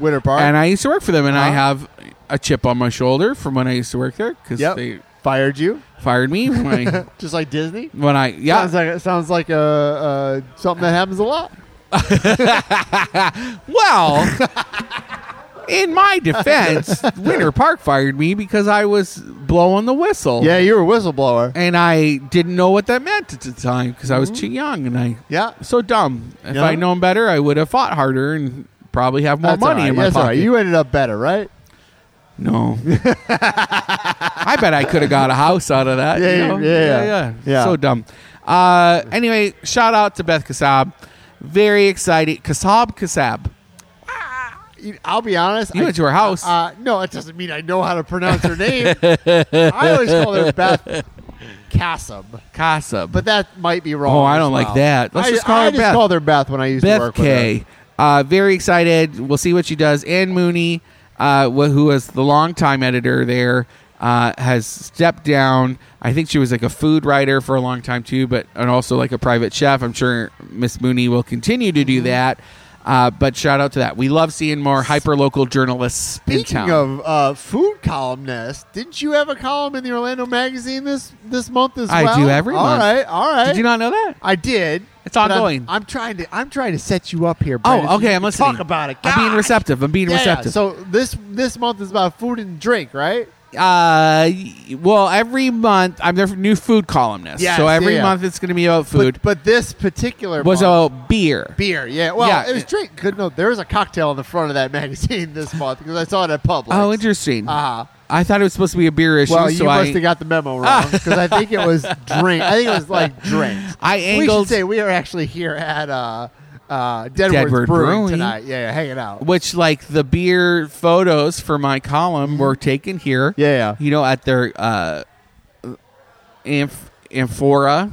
[SPEAKER 1] Winter Park.
[SPEAKER 2] and I used to work for them, and I
[SPEAKER 1] Uh-huh.
[SPEAKER 2] have a chip on my shoulder from when I used to work there because
[SPEAKER 1] yep,
[SPEAKER 2] they
[SPEAKER 1] fired you
[SPEAKER 2] fired me when I
[SPEAKER 1] just like Disney.
[SPEAKER 2] when I yeah
[SPEAKER 1] Sounds like it sounds like uh, uh, something that happens a lot.
[SPEAKER 2] Well, in my defense, Winter Park fired me because I was blowing the whistle.
[SPEAKER 1] Yeah, you're a whistleblower.
[SPEAKER 2] Oh, and I didn't know what that meant at the time because I was
[SPEAKER 1] Mm-hmm.
[SPEAKER 2] too young and I
[SPEAKER 1] Yeah,
[SPEAKER 2] so dumb. If
[SPEAKER 1] Yeah.
[SPEAKER 2] I'd known better, I would have fought harder and probably have more
[SPEAKER 1] That's
[SPEAKER 2] money
[SPEAKER 1] all right.
[SPEAKER 2] in my
[SPEAKER 1] That's all
[SPEAKER 2] pocket.
[SPEAKER 1] right. You ended up better, right?
[SPEAKER 2] no, I bet I could have got a house out of that. you
[SPEAKER 1] Yeah,
[SPEAKER 2] know?
[SPEAKER 1] yeah,
[SPEAKER 2] yeah,
[SPEAKER 1] yeah. Yeah.
[SPEAKER 2] So dumb. Uh, anyway, shout out to Beth Kasab. Very excited, Kasab Kasab.
[SPEAKER 1] You- I'll be honest.
[SPEAKER 2] You
[SPEAKER 1] I-
[SPEAKER 2] went to her house.
[SPEAKER 1] Uh, no, it doesn't mean I know how to pronounce her name. I always call her Beth Kassab,
[SPEAKER 2] Kasab,
[SPEAKER 1] but that might be wrong.
[SPEAKER 2] Oh, I
[SPEAKER 1] as
[SPEAKER 2] don't like
[SPEAKER 1] well.
[SPEAKER 2] that. Let's
[SPEAKER 1] I,
[SPEAKER 2] just call
[SPEAKER 1] I
[SPEAKER 2] her
[SPEAKER 1] just
[SPEAKER 2] Beth.
[SPEAKER 1] called her Beth when I used to
[SPEAKER 2] Beth
[SPEAKER 1] work with
[SPEAKER 2] K. Uh, very excited. We'll see what she does. And Mooney, uh, wh- who was the longtime editor there, uh, has stepped down. I think she was like a food writer for a long time too, but and also like a private chef. I'm sure Miss Mooney will continue to
[SPEAKER 1] Mm-hmm.
[SPEAKER 2] do that. Uh, but shout out to that. We love seeing more hyper local journalists
[SPEAKER 1] her.
[SPEAKER 2] in town.
[SPEAKER 1] Speaking of uh, food columnists, didn't you have a column in the Orlando Magazine this this month as
[SPEAKER 2] I
[SPEAKER 1] well?
[SPEAKER 2] do every
[SPEAKER 1] All
[SPEAKER 2] month.
[SPEAKER 1] right, all right.
[SPEAKER 2] Did you not know that?
[SPEAKER 1] I did.
[SPEAKER 2] It's
[SPEAKER 1] but I'm-
[SPEAKER 2] ongoing.
[SPEAKER 1] I'm, trying to. I'm trying to set you up here. Brendan, so
[SPEAKER 2] Oh,
[SPEAKER 1] you
[SPEAKER 2] okay. I'm
[SPEAKER 1] can
[SPEAKER 2] listening.
[SPEAKER 1] Talk about it.
[SPEAKER 2] I'm being
[SPEAKER 1] Gosh.
[SPEAKER 2] receptive. I'm being
[SPEAKER 1] Yeah, yeah.
[SPEAKER 2] receptive.
[SPEAKER 1] So this this month is about food and drink, right?
[SPEAKER 2] uh, well, every month I'm their new food columnist.
[SPEAKER 1] Yes,
[SPEAKER 2] so every
[SPEAKER 1] yeah, yeah.
[SPEAKER 2] month it's going to be about
[SPEAKER 1] But-
[SPEAKER 2] food.
[SPEAKER 1] But, this particular
[SPEAKER 2] was
[SPEAKER 1] month,
[SPEAKER 2] a beer.
[SPEAKER 1] beer. Yeah. Well,
[SPEAKER 2] Yeah.
[SPEAKER 1] it was drink. Good note. There was a cocktail in the front of that magazine this month because I saw it at Publix.
[SPEAKER 2] Oh, interesting.
[SPEAKER 1] Uh-huh.
[SPEAKER 2] I thought it was supposed to be a beer issue.
[SPEAKER 1] Well,
[SPEAKER 2] so
[SPEAKER 1] you
[SPEAKER 2] I,
[SPEAKER 1] must have got the memo wrong because I think it was drink. I think it was like drinks.
[SPEAKER 2] I
[SPEAKER 1] We should
[SPEAKER 2] angled-
[SPEAKER 1] say we are actually here at uh, uh, Deadwood's
[SPEAKER 2] Deadwood
[SPEAKER 1] Brewing,
[SPEAKER 2] Brewing.
[SPEAKER 1] tonight. Yeah, yeah, hanging out.
[SPEAKER 2] which like the beer photos for my column were taken here.
[SPEAKER 1] Yeah, yeah.
[SPEAKER 2] You know, at their uh amph- amphora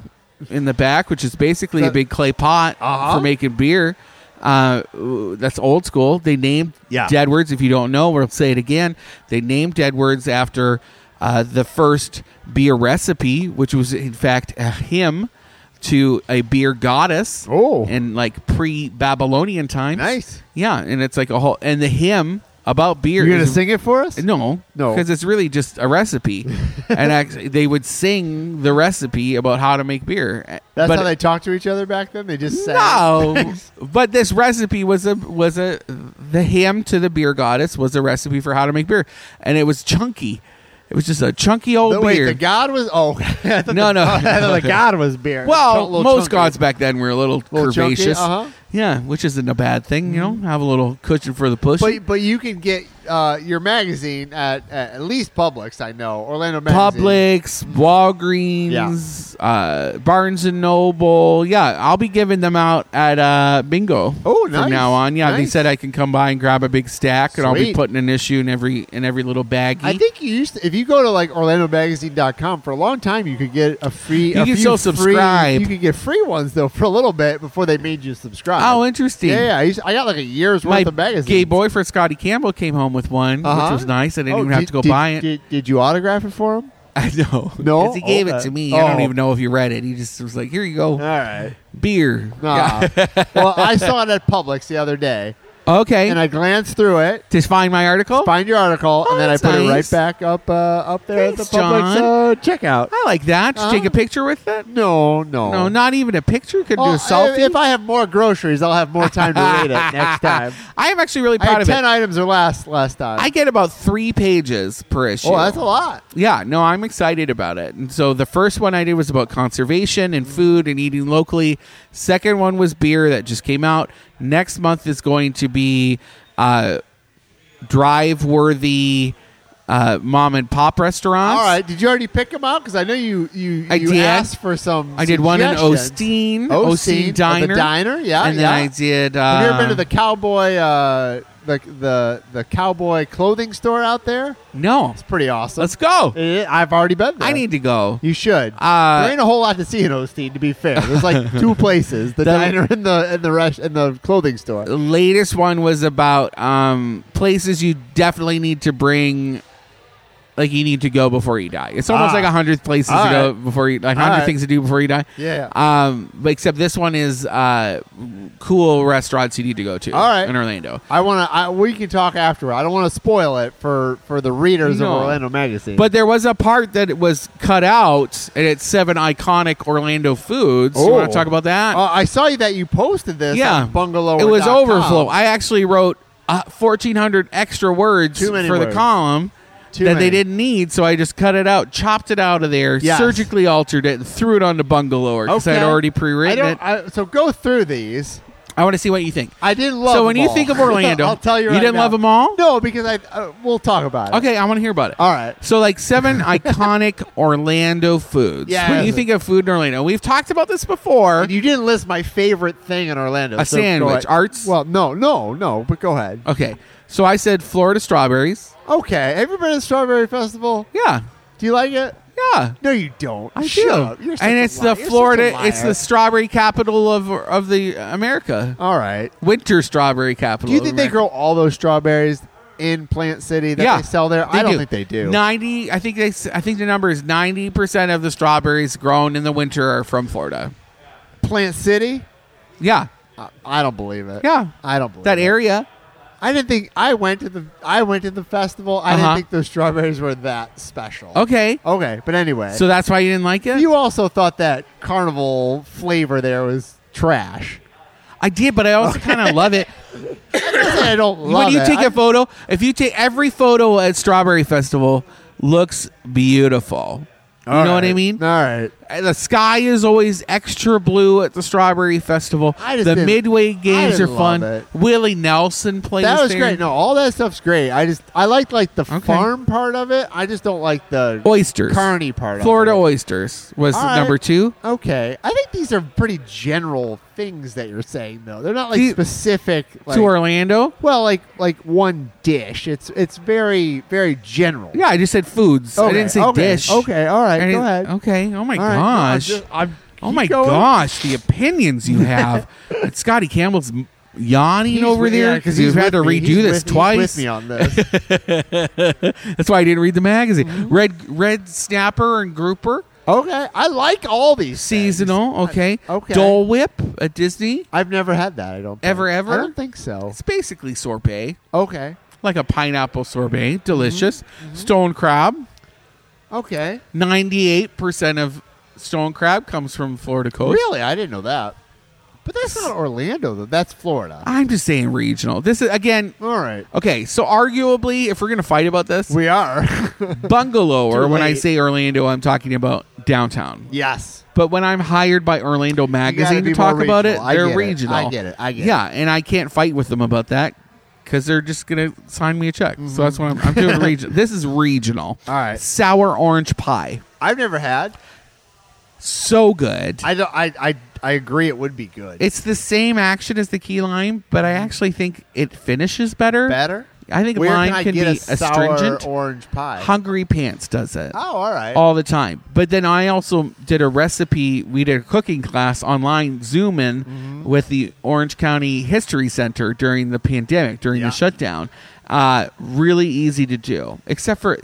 [SPEAKER 2] in the back, which is basically a
[SPEAKER 1] The-
[SPEAKER 2] big clay pot
[SPEAKER 1] Uh-huh.
[SPEAKER 2] for making beer. Uh, ooh, that's old school. They named
[SPEAKER 4] Yeah.
[SPEAKER 2] Deadwards. If you don't know, we'll say it again. They named Deadwards after uh, the first beer recipe, which was in fact a hymn to a beer goddess.
[SPEAKER 1] Oh.
[SPEAKER 2] in like pre-Babylonian times.
[SPEAKER 1] Nice.
[SPEAKER 2] Yeah, and it's like a whole and the hymn about beer.
[SPEAKER 1] You're gonna
[SPEAKER 2] is-
[SPEAKER 1] sing it for us?
[SPEAKER 2] No,
[SPEAKER 1] No.
[SPEAKER 2] because it's really just a recipe, and actually, they would sing the recipe about how to make beer.
[SPEAKER 1] That's
[SPEAKER 2] but
[SPEAKER 1] how they talked to each other back then. They just sang.
[SPEAKER 2] no, but this recipe was a was a the hymn to the beer goddess was a recipe for how to make beer, and it was chunky. It was just a chunky old
[SPEAKER 1] No, wait,
[SPEAKER 2] beer.
[SPEAKER 1] the god was oh I thought
[SPEAKER 2] No,
[SPEAKER 1] the,
[SPEAKER 2] no.
[SPEAKER 1] I thought the god was beer.
[SPEAKER 2] well,
[SPEAKER 1] Little
[SPEAKER 2] most
[SPEAKER 1] chunky.
[SPEAKER 2] gods back then were a little,
[SPEAKER 1] Little chunky,
[SPEAKER 2] curvaceous.
[SPEAKER 1] uh-huh. Mm-hmm.
[SPEAKER 2] Yeah, which isn't a bad thing, you know. Have a little cushion for the push.
[SPEAKER 1] But but you can get uh, your magazine at, at at least Publix. I know Orlando magazine.
[SPEAKER 2] Publix, Walgreens, uh, Barnes and Noble. Yeah, I'll be giving them out at uh, Bingo.
[SPEAKER 1] Oh, nice.
[SPEAKER 2] From now on, yeah, they
[SPEAKER 1] Nice.
[SPEAKER 2] said I can come by and grab a big stack, and I'll be
[SPEAKER 1] Sweet.
[SPEAKER 2] putting an issue in every in every little baggie.
[SPEAKER 1] I think you used to, if you go to like OrlandoMagazine.com for a long time, you could get a free.
[SPEAKER 2] You
[SPEAKER 1] a
[SPEAKER 2] could
[SPEAKER 1] few
[SPEAKER 2] still
[SPEAKER 1] free-
[SPEAKER 2] subscribe.
[SPEAKER 1] You could get free ones though for a little bit before they made you subscribe.
[SPEAKER 2] oh, interesting.
[SPEAKER 1] yeah, yeah. I, used, I got like a year's
[SPEAKER 2] My
[SPEAKER 1] worth of magazines.
[SPEAKER 2] gay boyfriend Scotty Campbell came home with one,
[SPEAKER 1] Uh-huh.
[SPEAKER 2] which was nice. I didn't
[SPEAKER 1] Oh,
[SPEAKER 2] even have
[SPEAKER 1] did-
[SPEAKER 2] to go
[SPEAKER 1] did-
[SPEAKER 2] buy it.
[SPEAKER 1] Did, did you autograph it for him?
[SPEAKER 2] I know.
[SPEAKER 1] No?
[SPEAKER 2] 'Cause he gave it
[SPEAKER 1] Okay.
[SPEAKER 2] to me. I don't
[SPEAKER 1] Oh.
[SPEAKER 2] even know if you read it. He just was like, "Here you go,
[SPEAKER 1] All right.
[SPEAKER 2] beer."
[SPEAKER 1] Nah. well, I saw it at Publix the other day,
[SPEAKER 2] Okay.
[SPEAKER 1] and I glanced through it.
[SPEAKER 2] Just find my article.
[SPEAKER 1] Find your article,
[SPEAKER 2] Oh,
[SPEAKER 1] and then I
[SPEAKER 2] that's
[SPEAKER 1] put it right
[SPEAKER 2] nice.
[SPEAKER 1] back up uh, up there at
[SPEAKER 2] Thanks,
[SPEAKER 1] the Publix
[SPEAKER 2] John.
[SPEAKER 1] uh, checkout.
[SPEAKER 2] I like that. Just
[SPEAKER 1] Uh-huh.
[SPEAKER 2] Take a picture with it.
[SPEAKER 1] No, no,
[SPEAKER 2] No, not even a picture. Could do
[SPEAKER 1] Oh. Well,
[SPEAKER 2] a selfie.
[SPEAKER 1] If I have more groceries, I'll have more time to read it next time.
[SPEAKER 2] I am actually really
[SPEAKER 1] I
[SPEAKER 2] proud
[SPEAKER 1] had
[SPEAKER 2] of
[SPEAKER 1] ten
[SPEAKER 2] it.
[SPEAKER 1] items or less last time.
[SPEAKER 2] I get about three pages per issue.
[SPEAKER 1] oh, that's a lot.
[SPEAKER 2] Yeah, no, I'm excited about it. And so the first one I did was about conservation and food and eating locally. Second one was beer that just came out. Next month is going to be uh, drive worthy uh, mom and pop restaurants.
[SPEAKER 1] All right. Did you already pick them out? Because I know you you,
[SPEAKER 2] I
[SPEAKER 1] you
[SPEAKER 2] did.
[SPEAKER 1] asked for some.
[SPEAKER 2] I did one in
[SPEAKER 1] suggestions.
[SPEAKER 2] Osteen,
[SPEAKER 1] Osteen,
[SPEAKER 2] Osteen,
[SPEAKER 1] oh,
[SPEAKER 2] Diner,
[SPEAKER 1] the diner. Yeah,
[SPEAKER 2] and then
[SPEAKER 1] yeah.
[SPEAKER 2] I did. Uh,
[SPEAKER 1] have you ever been to the cowboy uh, the the the cowboy clothing store out there?
[SPEAKER 2] No,
[SPEAKER 1] It's pretty awesome.
[SPEAKER 2] let's go.
[SPEAKER 1] It- I've already been there.
[SPEAKER 2] I need to go.
[SPEAKER 1] You should.
[SPEAKER 2] Uh,
[SPEAKER 1] there ain't a whole lot to see in Osteen, to be fair. There's like two places: the
[SPEAKER 2] That-
[SPEAKER 1] diner and the and the rest and the clothing store.
[SPEAKER 2] The latest one was about um, places you definitely need to bring, like you need to go before you die. It's almost
[SPEAKER 1] Ah.
[SPEAKER 2] like a hundred places
[SPEAKER 1] All
[SPEAKER 2] to go
[SPEAKER 1] right.
[SPEAKER 2] before you, like
[SPEAKER 1] All
[SPEAKER 2] hundred
[SPEAKER 1] right.
[SPEAKER 2] things to do before you die.
[SPEAKER 1] Yeah.
[SPEAKER 2] Um, but except this one is uh, cool restaurants you need to go to.
[SPEAKER 1] All right.
[SPEAKER 2] in Orlando.
[SPEAKER 1] I want to. I, we can talk afterward. I don't want to spoil it for for the readers
[SPEAKER 2] No.
[SPEAKER 1] of Orlando Magazine.
[SPEAKER 2] But there was a part that it was cut out, and it's seven iconic Orlando foods. You want
[SPEAKER 1] Oh.
[SPEAKER 2] to talk about that?
[SPEAKER 1] uh, I saw you that you posted this.
[SPEAKER 2] yeah,
[SPEAKER 1] on bungalow.
[SPEAKER 2] It was overflow. I actually wrote uh, fourteen hundred extra words
[SPEAKER 1] Too
[SPEAKER 2] for
[SPEAKER 1] many
[SPEAKER 2] the
[SPEAKER 1] words.
[SPEAKER 2] column
[SPEAKER 1] Too
[SPEAKER 2] that
[SPEAKER 1] many.
[SPEAKER 2] they didn't need, so I just cut it out, chopped it out of there,
[SPEAKER 1] Yes.
[SPEAKER 2] surgically altered it, and threw it onto Bungalower because
[SPEAKER 1] Okay.
[SPEAKER 2] I'd already
[SPEAKER 1] I
[SPEAKER 2] pre-written
[SPEAKER 1] don't.
[SPEAKER 2] it. I,
[SPEAKER 1] I, so go through these.
[SPEAKER 2] want to see what you think.
[SPEAKER 1] didn't love.
[SPEAKER 2] So when
[SPEAKER 1] them
[SPEAKER 2] you
[SPEAKER 1] all.
[SPEAKER 2] think of Orlando,
[SPEAKER 1] I'll tell you.
[SPEAKER 2] you
[SPEAKER 1] right
[SPEAKER 2] didn't
[SPEAKER 1] now.
[SPEAKER 2] love them all?
[SPEAKER 1] No, because I. Uh, we'll talk about it.
[SPEAKER 2] Okay, I want to hear about it.
[SPEAKER 1] All right.
[SPEAKER 2] So like seven iconic Orlando foods.
[SPEAKER 1] Yeah.
[SPEAKER 2] When you think of food in Orlando, we've talked about this before.
[SPEAKER 1] And you didn't list my favorite thing in Orlando.
[SPEAKER 2] A
[SPEAKER 1] so go
[SPEAKER 2] sandwich.
[SPEAKER 1] ahead.
[SPEAKER 2] Arts?
[SPEAKER 1] Well, no, no, no. But go ahead.
[SPEAKER 2] Okay. So I said Florida strawberries.
[SPEAKER 1] Okay. Have you been to Strawberry Festival?
[SPEAKER 2] Yeah.
[SPEAKER 1] Do you like it?
[SPEAKER 2] Yeah.
[SPEAKER 1] No, you don't.
[SPEAKER 2] I
[SPEAKER 1] Shut
[SPEAKER 2] do.
[SPEAKER 1] Up. You're such
[SPEAKER 2] and
[SPEAKER 1] a
[SPEAKER 2] it's
[SPEAKER 1] liar.
[SPEAKER 2] the
[SPEAKER 1] You're such a
[SPEAKER 2] Florida. It's
[SPEAKER 1] liar.
[SPEAKER 2] the strawberry capital of of the America.
[SPEAKER 1] All right.
[SPEAKER 2] Winter strawberry capital.
[SPEAKER 1] Do you
[SPEAKER 2] of
[SPEAKER 1] think they
[SPEAKER 2] America.
[SPEAKER 1] grow all those strawberries in Plant City that they sell there? I don't think they do.
[SPEAKER 2] Ninety. I think they. s- I think the number is ninety percent of the strawberries grown in the winter are from Florida.
[SPEAKER 1] Plant City?
[SPEAKER 2] Yeah,
[SPEAKER 1] I, I don't believe it.
[SPEAKER 2] Yeah.
[SPEAKER 1] I don't believe
[SPEAKER 2] that
[SPEAKER 1] it.
[SPEAKER 2] area.
[SPEAKER 1] I didn't think I went to the I went to the festival. I didn't
[SPEAKER 2] Uh-huh.
[SPEAKER 1] think those strawberries were that special.
[SPEAKER 2] Okay,
[SPEAKER 1] Okay, but anyway.
[SPEAKER 2] so that's why you didn't like it.
[SPEAKER 1] you also thought that carnival flavor there was trash.
[SPEAKER 2] I did, but I also kind of love it.
[SPEAKER 1] I don't love
[SPEAKER 2] when you
[SPEAKER 1] it.
[SPEAKER 2] take
[SPEAKER 1] I-
[SPEAKER 2] a photo, if you take every photo at Strawberry Festival, looks beautiful. You
[SPEAKER 1] All
[SPEAKER 2] know what I
[SPEAKER 1] right.
[SPEAKER 2] mean?
[SPEAKER 1] All right.
[SPEAKER 2] uh, the sky is always extra blue at the Strawberry Festival.
[SPEAKER 1] I just
[SPEAKER 2] the
[SPEAKER 1] didn't-
[SPEAKER 2] midway
[SPEAKER 1] I
[SPEAKER 2] games are
[SPEAKER 1] didn't love
[SPEAKER 2] fun.
[SPEAKER 1] it.
[SPEAKER 2] Willie Nelson plays.
[SPEAKER 1] That was
[SPEAKER 2] there.
[SPEAKER 1] great. No, all that stuff's great. I just I liked like the
[SPEAKER 2] Okay.
[SPEAKER 1] farm part of it. I just don't like the
[SPEAKER 2] oysters.
[SPEAKER 1] carny part.
[SPEAKER 2] Florida
[SPEAKER 1] of it.
[SPEAKER 2] oysters was
[SPEAKER 1] All right.
[SPEAKER 2] number two.
[SPEAKER 1] Okay, I think these are pretty general things that you're saying though. They're not like
[SPEAKER 2] Do-
[SPEAKER 1] specific. Like,
[SPEAKER 2] to Orlando.
[SPEAKER 1] well, like like one dish. It's it's very very general.
[SPEAKER 2] Yeah, I just said foods. I
[SPEAKER 1] Okay,
[SPEAKER 2] didn't say
[SPEAKER 1] okay,
[SPEAKER 2] dish.
[SPEAKER 1] Okay, all right,
[SPEAKER 2] I didn't-
[SPEAKER 1] go ahead.
[SPEAKER 2] Okay. Oh my
[SPEAKER 1] All right, no, I'm
[SPEAKER 2] gosh.
[SPEAKER 1] just- I'm-
[SPEAKER 2] oh
[SPEAKER 1] keep
[SPEAKER 2] my
[SPEAKER 1] going.
[SPEAKER 2] gosh. The opinions you have. And Scotty Campbell's m- yawning
[SPEAKER 1] He's
[SPEAKER 2] over
[SPEAKER 1] with-
[SPEAKER 2] there
[SPEAKER 1] yeah,
[SPEAKER 2] because
[SPEAKER 1] he's
[SPEAKER 2] you've had to
[SPEAKER 1] with me.
[SPEAKER 2] redo
[SPEAKER 1] He's
[SPEAKER 2] this
[SPEAKER 1] with- he's
[SPEAKER 2] twice.
[SPEAKER 1] with me on this.
[SPEAKER 2] That's why I didn't read the magazine.
[SPEAKER 1] Mm-hmm.
[SPEAKER 2] Red Red Snapper and Grouper
[SPEAKER 1] okay, I like all these
[SPEAKER 2] seasonal.
[SPEAKER 1] things.
[SPEAKER 2] Okay.
[SPEAKER 1] I- okay.
[SPEAKER 2] Dole Whip at Disney.
[SPEAKER 1] I've never had that. I don't think.
[SPEAKER 2] Ever, ever?
[SPEAKER 1] I don't think so.
[SPEAKER 2] It's basically sorbet,
[SPEAKER 1] Okay,
[SPEAKER 2] like a pineapple sorbet.
[SPEAKER 1] Mm-hmm.
[SPEAKER 2] Delicious. Stone crab.
[SPEAKER 1] okay.
[SPEAKER 2] Ninety-eight percent of stone crab comes from Florida coast.
[SPEAKER 1] Really, I didn't know that. But that's not Orlando though. That's Florida.
[SPEAKER 2] I'm just saying regional. This is again
[SPEAKER 1] all right,
[SPEAKER 2] okay. So arguably, if we're gonna fight about this,
[SPEAKER 1] we are.
[SPEAKER 2] bungalower.
[SPEAKER 1] Too
[SPEAKER 2] When I
[SPEAKER 1] late.
[SPEAKER 2] say Orlando, I'm talking about downtown.
[SPEAKER 1] yes.
[SPEAKER 2] But when I'm hired by Orlando Magazine
[SPEAKER 1] be
[SPEAKER 2] to talk
[SPEAKER 1] more
[SPEAKER 2] about it,
[SPEAKER 1] regional. I
[SPEAKER 2] they're
[SPEAKER 1] get it. I
[SPEAKER 2] regional.
[SPEAKER 1] get it. I get
[SPEAKER 2] yeah, and I can't fight with them about that because they're just gonna sign me a check. So that's what I'm, I'm doing. regional. This is regional.
[SPEAKER 1] Mm-hmm. All right.
[SPEAKER 2] Sour orange pie,
[SPEAKER 1] I've never had.
[SPEAKER 2] so good.
[SPEAKER 1] I don't. I I, I agree. It would be good.
[SPEAKER 2] It's the same action as the key lime, but
[SPEAKER 1] Mm-hmm.
[SPEAKER 2] I actually think it finishes better.
[SPEAKER 1] better.
[SPEAKER 2] I think
[SPEAKER 1] Where
[SPEAKER 2] lime
[SPEAKER 1] can, I
[SPEAKER 2] can
[SPEAKER 1] get
[SPEAKER 2] be
[SPEAKER 1] a sour
[SPEAKER 2] astringent.
[SPEAKER 1] orange pie?
[SPEAKER 2] Hungry Pants does it
[SPEAKER 1] oh, all right.
[SPEAKER 2] all the time. But then I also did a recipe. We did a cooking class online, Zoom in
[SPEAKER 1] Mm-hmm.
[SPEAKER 2] with the Orange County History Center during the pandemic, during
[SPEAKER 1] Yeah.
[SPEAKER 2] the shutdown. Uh, really easy to do, except for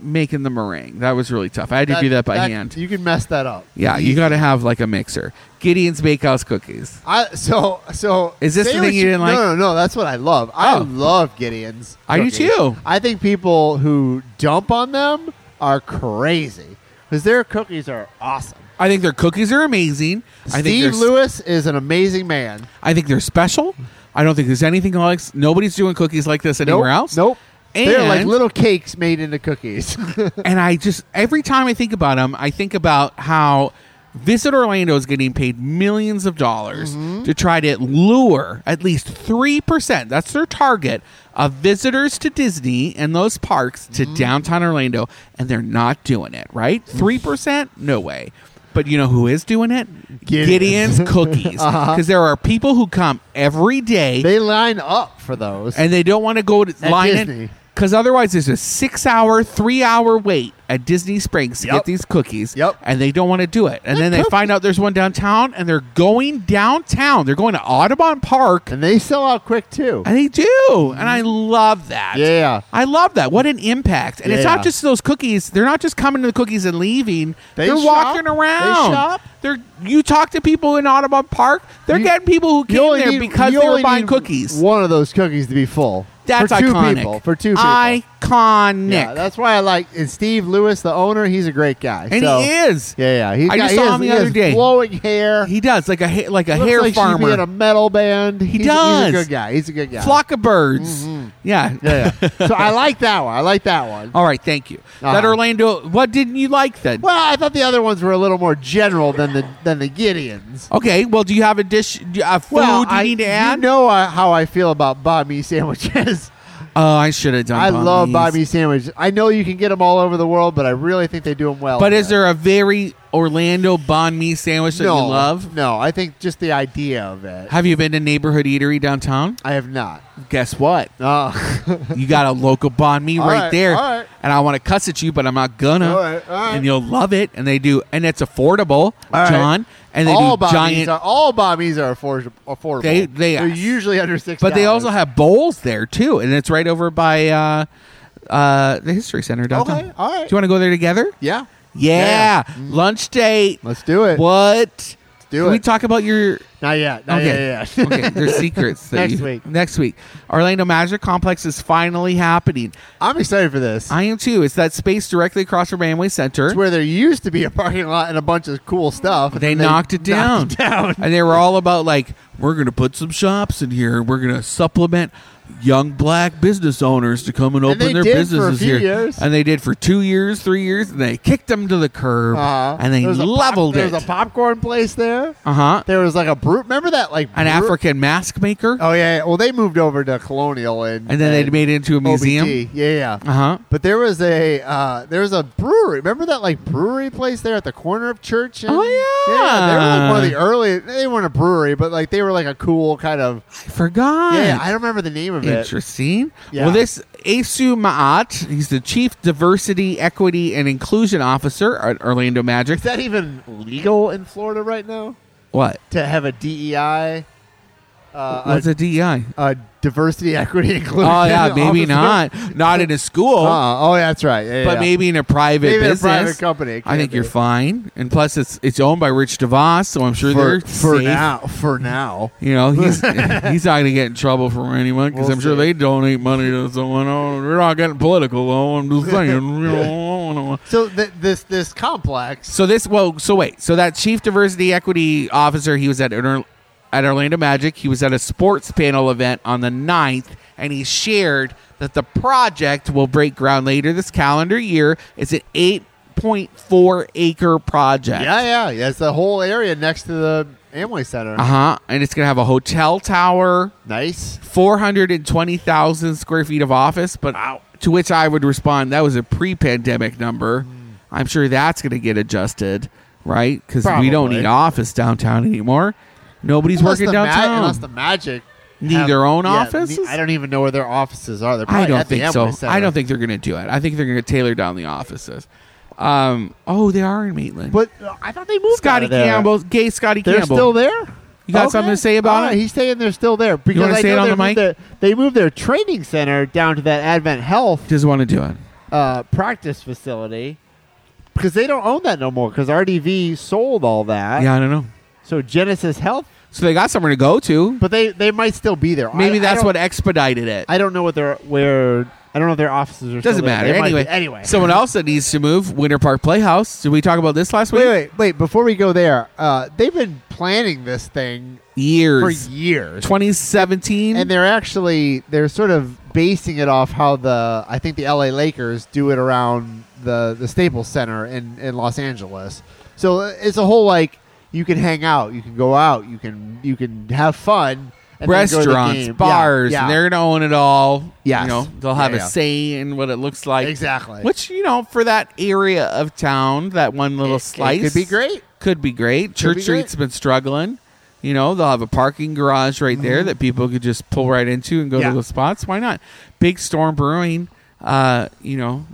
[SPEAKER 2] making the meringue. That was really tough. I had to do that by hand.
[SPEAKER 1] You can mess that up.
[SPEAKER 2] yeah, you got to have like a mixer. Gideon's Bakehouse cookies.
[SPEAKER 1] I, so so
[SPEAKER 2] Is this
[SPEAKER 1] say
[SPEAKER 2] the
[SPEAKER 1] what
[SPEAKER 2] thing you didn't
[SPEAKER 1] no,
[SPEAKER 2] like?
[SPEAKER 1] No, no, that's what I love. I
[SPEAKER 2] Oh.
[SPEAKER 1] love Gideon's.
[SPEAKER 2] I do
[SPEAKER 1] cookies.
[SPEAKER 2] too.
[SPEAKER 1] I think people who dump on them are crazy because their cookies are awesome.
[SPEAKER 2] I think their cookies are amazing. I think
[SPEAKER 1] Steve
[SPEAKER 2] they're
[SPEAKER 1] Lewis is an amazing man.
[SPEAKER 2] I think they're special. I don't think there's anything like nobody's doing cookies like this anywhere
[SPEAKER 1] nope,
[SPEAKER 2] else.
[SPEAKER 1] Nope. They're like
[SPEAKER 2] And-
[SPEAKER 1] little cakes made into cookies.
[SPEAKER 2] And I just every time I think about them, I think about how Visit Orlando is getting paid millions of dollars to try to lure at least 3%, that's their target, of visitors to Disney and those parks to downtown Orlando, and they're not doing it, right? 3%? No way. But you know who is doing it?
[SPEAKER 1] Gideon's.
[SPEAKER 2] Gideon's cookies. Because there are people who come every day
[SPEAKER 1] they line up for those.
[SPEAKER 2] and they don't want to go to
[SPEAKER 1] At
[SPEAKER 2] line
[SPEAKER 1] Disney.
[SPEAKER 2] because otherwise there's a six hour, three hour wait at Disney Springs to
[SPEAKER 1] Yep.
[SPEAKER 2] get these cookies.
[SPEAKER 1] Yep.
[SPEAKER 2] And they don't want to do it. And then they
[SPEAKER 1] cookie-
[SPEAKER 2] find out there's one downtown and they're going downtown. They're going to Audubon Park.
[SPEAKER 1] and they sell out quick too.
[SPEAKER 2] And they do. And I love that.
[SPEAKER 1] Yeah.
[SPEAKER 2] I love that. What an impact. And it's
[SPEAKER 1] Yeah.
[SPEAKER 2] not just those cookies. They're not just coming to the cookies and leaving.
[SPEAKER 1] They
[SPEAKER 2] are
[SPEAKER 1] shop.
[SPEAKER 2] walking
[SPEAKER 1] They
[SPEAKER 2] around.
[SPEAKER 1] shop.
[SPEAKER 2] They're you talk to people in Audubon Park. They're
[SPEAKER 1] You-
[SPEAKER 2] getting people who
[SPEAKER 1] You
[SPEAKER 2] came
[SPEAKER 1] only
[SPEAKER 2] there
[SPEAKER 1] need-
[SPEAKER 2] because
[SPEAKER 1] you
[SPEAKER 2] they were
[SPEAKER 1] only
[SPEAKER 2] buying
[SPEAKER 1] need
[SPEAKER 2] cookies.
[SPEAKER 1] One of those cookies to be full.
[SPEAKER 2] That's
[SPEAKER 1] for two
[SPEAKER 2] iconic.
[SPEAKER 1] people. For two people.
[SPEAKER 2] Iconic.
[SPEAKER 1] Yeah, that's why I like and Steve Lewis, the owner. He's a great guy.
[SPEAKER 2] and
[SPEAKER 1] so,
[SPEAKER 2] he is.
[SPEAKER 1] Yeah, yeah. He's
[SPEAKER 2] I
[SPEAKER 1] got,
[SPEAKER 2] just
[SPEAKER 1] he
[SPEAKER 2] saw
[SPEAKER 1] has-
[SPEAKER 2] him the
[SPEAKER 1] he
[SPEAKER 2] other
[SPEAKER 1] has
[SPEAKER 2] day.
[SPEAKER 1] Flowing hair.
[SPEAKER 2] He does like a ha- like a
[SPEAKER 1] Looks
[SPEAKER 2] hair
[SPEAKER 1] like she should be
[SPEAKER 2] farmer.
[SPEAKER 1] in a metal band. He
[SPEAKER 2] does.
[SPEAKER 1] he's a good guy. He's a good guy.
[SPEAKER 2] Flock of birds. Yeah.
[SPEAKER 1] Mm-hmm. Yeah, yeah. so I like that one. I like that one.
[SPEAKER 2] All right. Thank you. That
[SPEAKER 1] Uh-huh.
[SPEAKER 2] Orlando. What didn't you like then?
[SPEAKER 1] Well, I thought the other ones were a little more general than the than the Gideons.
[SPEAKER 2] Okay. Well, do you have a dish? Do you, a food
[SPEAKER 1] well,
[SPEAKER 2] you
[SPEAKER 1] I,
[SPEAKER 2] need to add?
[SPEAKER 1] You know uh, how I feel about banh mi sandwiches.
[SPEAKER 2] oh, I should have done.
[SPEAKER 1] I
[SPEAKER 2] banh
[SPEAKER 1] love
[SPEAKER 2] mi's.
[SPEAKER 1] banh mi sandwiches. I know you can get them all over the world, but I really think they do them well.
[SPEAKER 2] But is
[SPEAKER 1] here.
[SPEAKER 2] there a very Orlando banh mi sandwich that
[SPEAKER 1] no,
[SPEAKER 2] you love?
[SPEAKER 1] No, I think just the idea of it.
[SPEAKER 2] Have you been to neighborhood eatery downtown?
[SPEAKER 1] I have not.
[SPEAKER 2] Guess what?
[SPEAKER 1] Oh,
[SPEAKER 2] You got a local bond me
[SPEAKER 1] All
[SPEAKER 2] right,
[SPEAKER 1] right,
[SPEAKER 2] there,
[SPEAKER 1] all right.
[SPEAKER 2] and I want to cuss at you, but I'm not gonna.
[SPEAKER 1] All right, all right.
[SPEAKER 2] And you'll love it, and they do, and it's affordable,
[SPEAKER 1] right.
[SPEAKER 2] John. And they
[SPEAKER 1] all
[SPEAKER 2] do
[SPEAKER 1] banh
[SPEAKER 2] giant,
[SPEAKER 1] mi's are all banh mi's are afford- affordable.
[SPEAKER 2] They- they
[SPEAKER 1] are
[SPEAKER 2] are.
[SPEAKER 1] usually under six.
[SPEAKER 2] but they also have bowls there too, and it's right over by uh, uh, the history center downtown.
[SPEAKER 1] Okay, all right.
[SPEAKER 2] Do you want to go there together?
[SPEAKER 1] yeah. Mm.
[SPEAKER 2] Yeah, lunch date.
[SPEAKER 1] Let's do it.
[SPEAKER 2] What?
[SPEAKER 1] do
[SPEAKER 2] Can we
[SPEAKER 1] it.
[SPEAKER 2] talk about your
[SPEAKER 1] not yet. Not yet. Yeah.
[SPEAKER 2] okay. There's secrets. That
[SPEAKER 1] Next
[SPEAKER 2] you-
[SPEAKER 1] week.
[SPEAKER 2] Next week, Orlando Magic Complex is finally happening.
[SPEAKER 1] I'm excited for this.
[SPEAKER 2] I am too. It's that space directly across from Amway Center.
[SPEAKER 1] It's where there used to be a parking lot and a bunch of cool stuff. and
[SPEAKER 2] they
[SPEAKER 1] then
[SPEAKER 2] knocked it down.
[SPEAKER 1] knocked it down.
[SPEAKER 2] and they were all about like we're going to put some shops in here. We're going to supplement young black business owners to come and open
[SPEAKER 1] they
[SPEAKER 2] their
[SPEAKER 1] did for a
[SPEAKER 2] businesses
[SPEAKER 1] few
[SPEAKER 2] here.
[SPEAKER 1] years.
[SPEAKER 2] And they did for two years, three years, and they kicked them to the curb
[SPEAKER 1] Uh-huh.
[SPEAKER 2] and they
[SPEAKER 1] There was a pop-
[SPEAKER 2] leveled
[SPEAKER 1] There
[SPEAKER 2] it.
[SPEAKER 1] was a popcorn place there.
[SPEAKER 2] uh huh.
[SPEAKER 1] There was like a brew. Remember that like
[SPEAKER 2] An
[SPEAKER 1] brew-
[SPEAKER 2] African mask maker,
[SPEAKER 1] Oh yeah. yeah. Well, they moved over to Colonial and
[SPEAKER 2] and then they made it into a museum.
[SPEAKER 1] OBT. Yeah, yeah.
[SPEAKER 2] Uh huh.
[SPEAKER 1] But there was a uh, there was a brewery. Remember that like brewery place there at the corner of Church? And,
[SPEAKER 2] Oh, yeah.
[SPEAKER 1] yeah. They were like one of the early. They weren't a brewery, but like they were like a cool kind of.
[SPEAKER 2] I forgot.
[SPEAKER 1] Yeah, I don't remember the name of it.
[SPEAKER 2] Interesting.
[SPEAKER 1] Yeah.
[SPEAKER 2] Well, this Asu Maat, he's the Chief Diversity, Equity, and Inclusion Officer at Orlando Magic.
[SPEAKER 1] Is that even legal in Florida right now
[SPEAKER 2] what?
[SPEAKER 1] to have a DEI? Uh,
[SPEAKER 2] What's a DEI?
[SPEAKER 1] a, a diversity, equity, inclusion.
[SPEAKER 2] Oh, yeah, maybe
[SPEAKER 1] officer?
[SPEAKER 2] not. Not in a school,
[SPEAKER 1] Uh, oh, yeah, that's right. Yeah,
[SPEAKER 2] but
[SPEAKER 1] yeah.
[SPEAKER 2] maybe in a private
[SPEAKER 1] Maybe in a
[SPEAKER 2] business.
[SPEAKER 1] private company, it
[SPEAKER 2] I think
[SPEAKER 1] can
[SPEAKER 2] you're
[SPEAKER 1] be.
[SPEAKER 2] fine. And plus, it's it's owned by Rich DeVos, so I'm sure
[SPEAKER 1] for,
[SPEAKER 2] they're
[SPEAKER 1] for
[SPEAKER 2] safe.
[SPEAKER 1] now, for now.
[SPEAKER 2] You know, he's, he's not going to get in trouble from anyone because
[SPEAKER 1] We'll
[SPEAKER 2] I'm sure
[SPEAKER 1] see.
[SPEAKER 2] they donate money to someone. Oh, we're not getting political, though. I'm just saying. You know,
[SPEAKER 1] So th- this this complex.
[SPEAKER 2] So this well, so wait, so that chief diversity equity officer, he was at Inter- at Orlando Magic. He was at a sports panel event on the 9th, and he shared that the project will break ground later this calendar year. It's an eight point four acre project.
[SPEAKER 1] Yeah, yeah, yeah. It's the whole area next to the Amway Center.
[SPEAKER 2] Uh huh. And it's gonna have a hotel tower,
[SPEAKER 1] Nice.
[SPEAKER 2] four hundred and twenty thousand square feet of office. But to which I would respond, that was a pre-pandemic number.
[SPEAKER 1] Hmm.
[SPEAKER 2] I'm sure that's going to get adjusted, right? Because we don't
[SPEAKER 1] Probably.
[SPEAKER 2] need office downtown anymore. Nobody's
[SPEAKER 1] Unless
[SPEAKER 2] working
[SPEAKER 1] the ma-
[SPEAKER 2] downtown.
[SPEAKER 1] unless the Magic
[SPEAKER 2] Need their own
[SPEAKER 1] yeah,
[SPEAKER 2] offices?
[SPEAKER 1] ne- I don't even know where their offices are. They're probably
[SPEAKER 2] I don't
[SPEAKER 1] at the
[SPEAKER 2] think so.
[SPEAKER 1] Amway Center.
[SPEAKER 2] I don't think they're going to do it. I think they're going to tailor down the offices. Um, oh, they are in Maitland.
[SPEAKER 1] But uh, I thought they moved. out
[SPEAKER 2] Scotty
[SPEAKER 1] of there.
[SPEAKER 2] Campbell, gay Scotty
[SPEAKER 1] They're
[SPEAKER 2] Campbell.
[SPEAKER 1] still there.
[SPEAKER 2] You got something to say about
[SPEAKER 1] All right,
[SPEAKER 2] it?
[SPEAKER 1] He's saying they're still there because
[SPEAKER 2] wanna
[SPEAKER 1] I
[SPEAKER 2] say it
[SPEAKER 1] know
[SPEAKER 2] on
[SPEAKER 1] they
[SPEAKER 2] the
[SPEAKER 1] moved
[SPEAKER 2] mic?
[SPEAKER 1] their- they moved their training center down to that Advent Health
[SPEAKER 2] Just want to do it.
[SPEAKER 1] uh, practice facility because they don't own that no more because RDV sold all that.
[SPEAKER 2] Yeah, I don't know.
[SPEAKER 1] So Genesis Health,
[SPEAKER 2] So they got somewhere to go to.
[SPEAKER 1] but they they might still be there. I- I
[SPEAKER 2] Maybe that's
[SPEAKER 1] don't-
[SPEAKER 2] what expedited it.
[SPEAKER 1] I don't know what their where I don't know if their offices are.
[SPEAKER 2] Doesn't
[SPEAKER 1] still there.
[SPEAKER 2] matter.
[SPEAKER 1] They might
[SPEAKER 2] Anyway,
[SPEAKER 1] be- anyway.
[SPEAKER 2] someone else that needs to move Winter Park Playhouse. Did we talk about this last week?
[SPEAKER 1] wait, wait, wait. Before we go there, uh, they've been planning this thing for
[SPEAKER 2] Years.
[SPEAKER 1] years,
[SPEAKER 2] 2017.
[SPEAKER 1] and they're actually they're sort of basing it off how the I think the L.A. Lakers do it around the the Staples Center in in Los Angeles. So uh, it's a whole like you can hang out, you can go out, you can you can have fun. and then go to the
[SPEAKER 2] restaurants,
[SPEAKER 1] game. Yeah,
[SPEAKER 2] bars,
[SPEAKER 1] yeah.
[SPEAKER 2] and they're gonna own it all.
[SPEAKER 1] Yes.
[SPEAKER 2] you know they'll have
[SPEAKER 1] Yeah,
[SPEAKER 2] a
[SPEAKER 1] yeah.
[SPEAKER 2] say in what it looks like.
[SPEAKER 1] Exactly.
[SPEAKER 2] Which you know for that area of town, that one little
[SPEAKER 1] It- it
[SPEAKER 2] slice
[SPEAKER 1] could be great.
[SPEAKER 2] Could be great. Church
[SPEAKER 1] be
[SPEAKER 2] Street's been struggling. You know they'll have a parking garage right there that people could just pull right into and go
[SPEAKER 1] Mm-hmm. Yeah.
[SPEAKER 2] to those spots. Why not? Big Storm Brewing. Uh, you know,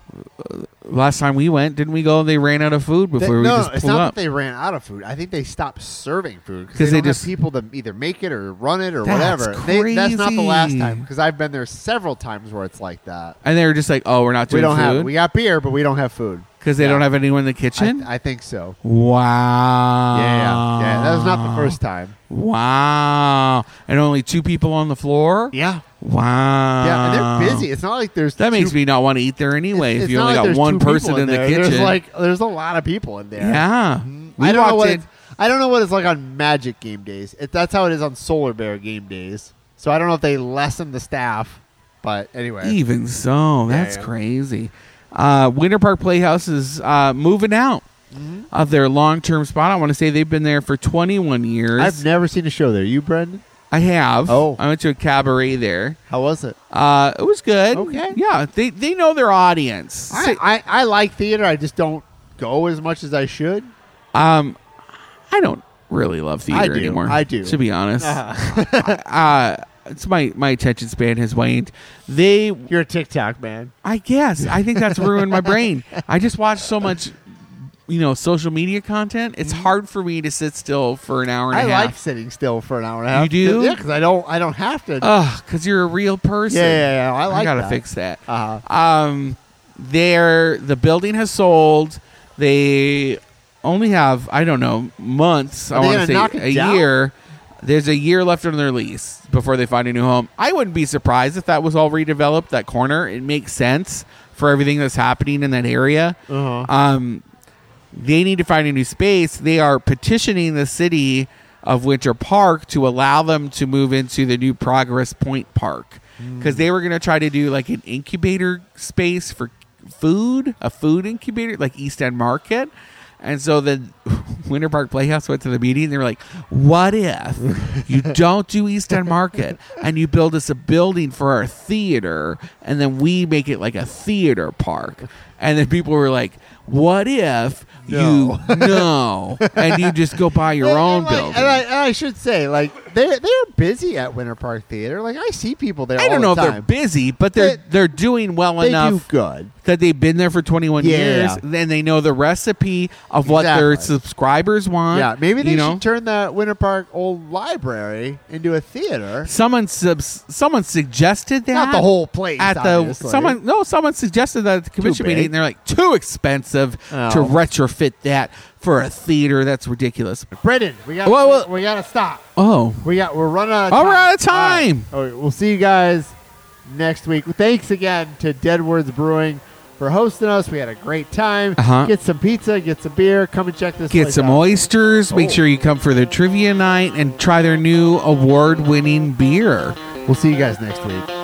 [SPEAKER 2] uh, last time we went, didn't we go? and They ran out of food
[SPEAKER 1] They-
[SPEAKER 2] before we
[SPEAKER 1] no,
[SPEAKER 2] just
[SPEAKER 1] it's
[SPEAKER 2] pulled
[SPEAKER 1] not
[SPEAKER 2] up.
[SPEAKER 1] that they ran out of food. I think they stopped serving food
[SPEAKER 2] 'Cause
[SPEAKER 1] because
[SPEAKER 2] they
[SPEAKER 1] they, don't
[SPEAKER 2] just-
[SPEAKER 1] have people to either make it or run it or
[SPEAKER 2] That's
[SPEAKER 1] whatever. They, that's not the last
[SPEAKER 2] crazy.
[SPEAKER 1] time because I've been there several times where it's like that.
[SPEAKER 2] and they were just like, "Oh, we're not
[SPEAKER 1] we don't
[SPEAKER 2] doing food
[SPEAKER 1] have we got beer, but we don't have food.
[SPEAKER 2] because they
[SPEAKER 1] yeah.
[SPEAKER 2] don't have anyone in the
[SPEAKER 1] I,
[SPEAKER 2] kitchen."
[SPEAKER 1] I think so.
[SPEAKER 2] Wow.
[SPEAKER 1] Yeah, yeah, yeah. That was not the
[SPEAKER 2] Ah.
[SPEAKER 1] first time.
[SPEAKER 2] Wow. And only two people on the floor?
[SPEAKER 1] Yeah,
[SPEAKER 2] Wow.
[SPEAKER 1] yeah. And they're busy. It's not like there's
[SPEAKER 2] Ah. That makes
[SPEAKER 1] two,
[SPEAKER 2] me not want to eat there anyway
[SPEAKER 1] it's
[SPEAKER 2] if you
[SPEAKER 1] not
[SPEAKER 2] only
[SPEAKER 1] like
[SPEAKER 2] got
[SPEAKER 1] there's
[SPEAKER 2] one
[SPEAKER 1] two
[SPEAKER 2] person
[SPEAKER 1] people
[SPEAKER 2] in the
[SPEAKER 1] there.
[SPEAKER 2] kitchen.
[SPEAKER 1] There's like there's a lot of people in there.
[SPEAKER 2] yeah. We
[SPEAKER 1] I don't know
[SPEAKER 2] walked
[SPEAKER 1] what
[SPEAKER 2] in-
[SPEAKER 1] it's, I don't know what it's like on Magic game days. It, that's how it is on Solar Bear game days. So I don't know if they lessen the staff, but anyway,
[SPEAKER 2] Even so, that's
[SPEAKER 1] yeah.
[SPEAKER 2] crazy. Uh, Winter Park Playhouse is uh, moving out
[SPEAKER 1] Mm-hmm.
[SPEAKER 2] of their long term spot. I want to say they've been there for 21 years.
[SPEAKER 1] I've never seen a show there. You, Brendan?
[SPEAKER 2] I have.
[SPEAKER 1] Oh.
[SPEAKER 2] I went to a cabaret there.
[SPEAKER 1] How was it?
[SPEAKER 2] Uh, it was good.
[SPEAKER 1] Okay.
[SPEAKER 2] Yeah, they, they know their audience.
[SPEAKER 1] I, I, I like theater. I just don't go as much as I should.
[SPEAKER 2] Um, I don't really love theater
[SPEAKER 1] I do.
[SPEAKER 2] anymore.
[SPEAKER 1] I do. Uh-huh.
[SPEAKER 2] to be honest. uh, it's my my attention span has waned. They,
[SPEAKER 1] You're a TikTok man.
[SPEAKER 2] I guess, I think that's ruined my brain. I just watch so much, you know, social media content. It's hard for me to sit still for an hour and
[SPEAKER 1] Mm-hmm. I
[SPEAKER 2] a
[SPEAKER 1] like
[SPEAKER 2] half.
[SPEAKER 1] sitting still for an hour and a half.
[SPEAKER 2] You do?
[SPEAKER 1] Yeah, because I don't. I don't have to.
[SPEAKER 2] Ugh, because you're a real person.
[SPEAKER 1] yeah, yeah, yeah. I like.
[SPEAKER 2] gotta
[SPEAKER 1] that.
[SPEAKER 2] fix that.
[SPEAKER 1] Uh-huh.
[SPEAKER 2] Um, they're the building has sold. They only have I don't know months. I
[SPEAKER 1] Are they
[SPEAKER 2] want to
[SPEAKER 1] gonna
[SPEAKER 2] say
[SPEAKER 1] knock it
[SPEAKER 2] a
[SPEAKER 1] down?
[SPEAKER 2] year. There's a year left on their lease before they find a new home. I wouldn't be surprised if that was all redeveloped. That corner it makes sense for everything that's happening in that area.
[SPEAKER 1] Uh-huh.
[SPEAKER 2] Um, they need to find a new space. They are petitioning the city of Winter Park to allow them to move into the new Progress Point Park because they were going to try to do like an incubator space for food, a food incubator, like East End Market. And so the Winter Park Playhouse went to the meeting and they were like, What if you don't do East End Market and you build us a building for our theater and then we make it like a theater park? And then people were like, What if you no and you just go buy your
[SPEAKER 1] And-
[SPEAKER 2] own
[SPEAKER 1] and like-
[SPEAKER 2] building?
[SPEAKER 1] And I, and I should say, like they they're busy at Winter Park Theater. Like I see people there.
[SPEAKER 2] I don't know
[SPEAKER 1] all
[SPEAKER 2] if
[SPEAKER 1] the
[SPEAKER 2] they're
[SPEAKER 1] time.
[SPEAKER 2] busy, but they're
[SPEAKER 1] They-
[SPEAKER 2] they, are doing well
[SPEAKER 1] They
[SPEAKER 2] enough
[SPEAKER 1] do good.
[SPEAKER 2] that they've been there for 21
[SPEAKER 1] Yeah.
[SPEAKER 2] years. Then they know the recipe of what their
[SPEAKER 1] Exactly.
[SPEAKER 2] subscribers want.
[SPEAKER 1] Yeah, maybe they
[SPEAKER 2] you know?
[SPEAKER 1] should turn that Winter Park old library into a theater.
[SPEAKER 2] Someone subs- someone suggested that
[SPEAKER 1] Not the whole place.
[SPEAKER 2] at the
[SPEAKER 1] obviously.
[SPEAKER 2] someone no someone suggested that at the commission
[SPEAKER 1] big.
[SPEAKER 2] meeting and they're like too expensive to
[SPEAKER 1] Oh.
[SPEAKER 2] retrofit that for a theater that's ridiculous.
[SPEAKER 1] Brendan, we got
[SPEAKER 2] Whoa, whoa.
[SPEAKER 1] we, got to stop.
[SPEAKER 2] Oh,
[SPEAKER 1] We got we're running out of
[SPEAKER 2] Oh,
[SPEAKER 1] time.
[SPEAKER 2] we're out of
[SPEAKER 1] All right.
[SPEAKER 2] time.
[SPEAKER 1] All right, we'll see you guys next week. Thanks again to Deadwards Brewing for hosting us. We had a great time.
[SPEAKER 2] Uh-huh.
[SPEAKER 1] Get some pizza, get some beer, come and check this
[SPEAKER 2] get
[SPEAKER 1] place
[SPEAKER 2] some
[SPEAKER 1] out.
[SPEAKER 2] oysters, make sure you come for the trivia night and try their new award-winning beer.
[SPEAKER 1] We'll see you guys next week.